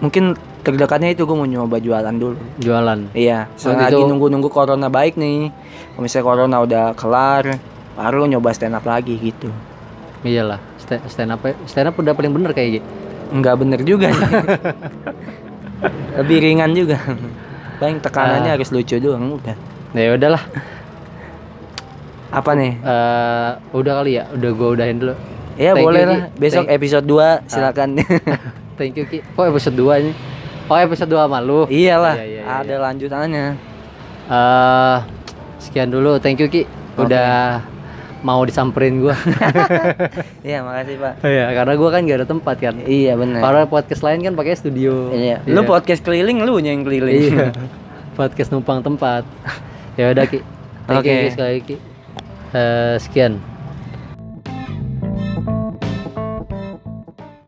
Speaker 2: mungkin terdekatnya itu gue mau nyoba jualan dulu.
Speaker 1: jualan.
Speaker 2: Iya,
Speaker 1: Waktu
Speaker 2: soalnya lagi
Speaker 1: itu-
Speaker 2: nunggu-nunggu corona baik nih. Kalau misalnya corona udah kelar, baru nyoba stand up lagi gitu.
Speaker 1: Iyalah, Iya sta- stand up stand up udah paling bener kayak gitu.
Speaker 2: Nggak bener juga. Lebih ringan juga. Paling
Speaker 1: Ah.
Speaker 2: tekanannya harus lucu doang udah.
Speaker 1: Nah, ya udahlah.
Speaker 2: Apa nih?
Speaker 1: Eh, udah kali ya, udah gua udahin dulu.
Speaker 2: Ya
Speaker 1: Thank you,
Speaker 2: boleh
Speaker 1: Ki.
Speaker 2: lah. Besok
Speaker 1: Thank- Ah.
Speaker 2: episode 2 silakan.
Speaker 1: Thank you Ki. Kok episode 2 ini? Oh, episode 2 sama lu. Eh,
Speaker 2: Iyalah,
Speaker 1: Iya, iya, iya.
Speaker 2: ada lanjutannya.
Speaker 1: Eh, sekian dulu. Thank you Ki. Udah mau disamperin gua.
Speaker 2: Iya, makasih, Pak.
Speaker 1: Iya, karena gua kan gak ada tempat kan.
Speaker 2: Iya, benar.
Speaker 1: Para podcast lain kan pakai studio.
Speaker 2: Iya. Lu podcast keliling lu yang keliling.
Speaker 1: Iya. podcast numpang tempat. Ya udah Ki. Thank you
Speaker 2: Oke.
Speaker 1: Ki, sekali lagi, Ki. Eh, sekian.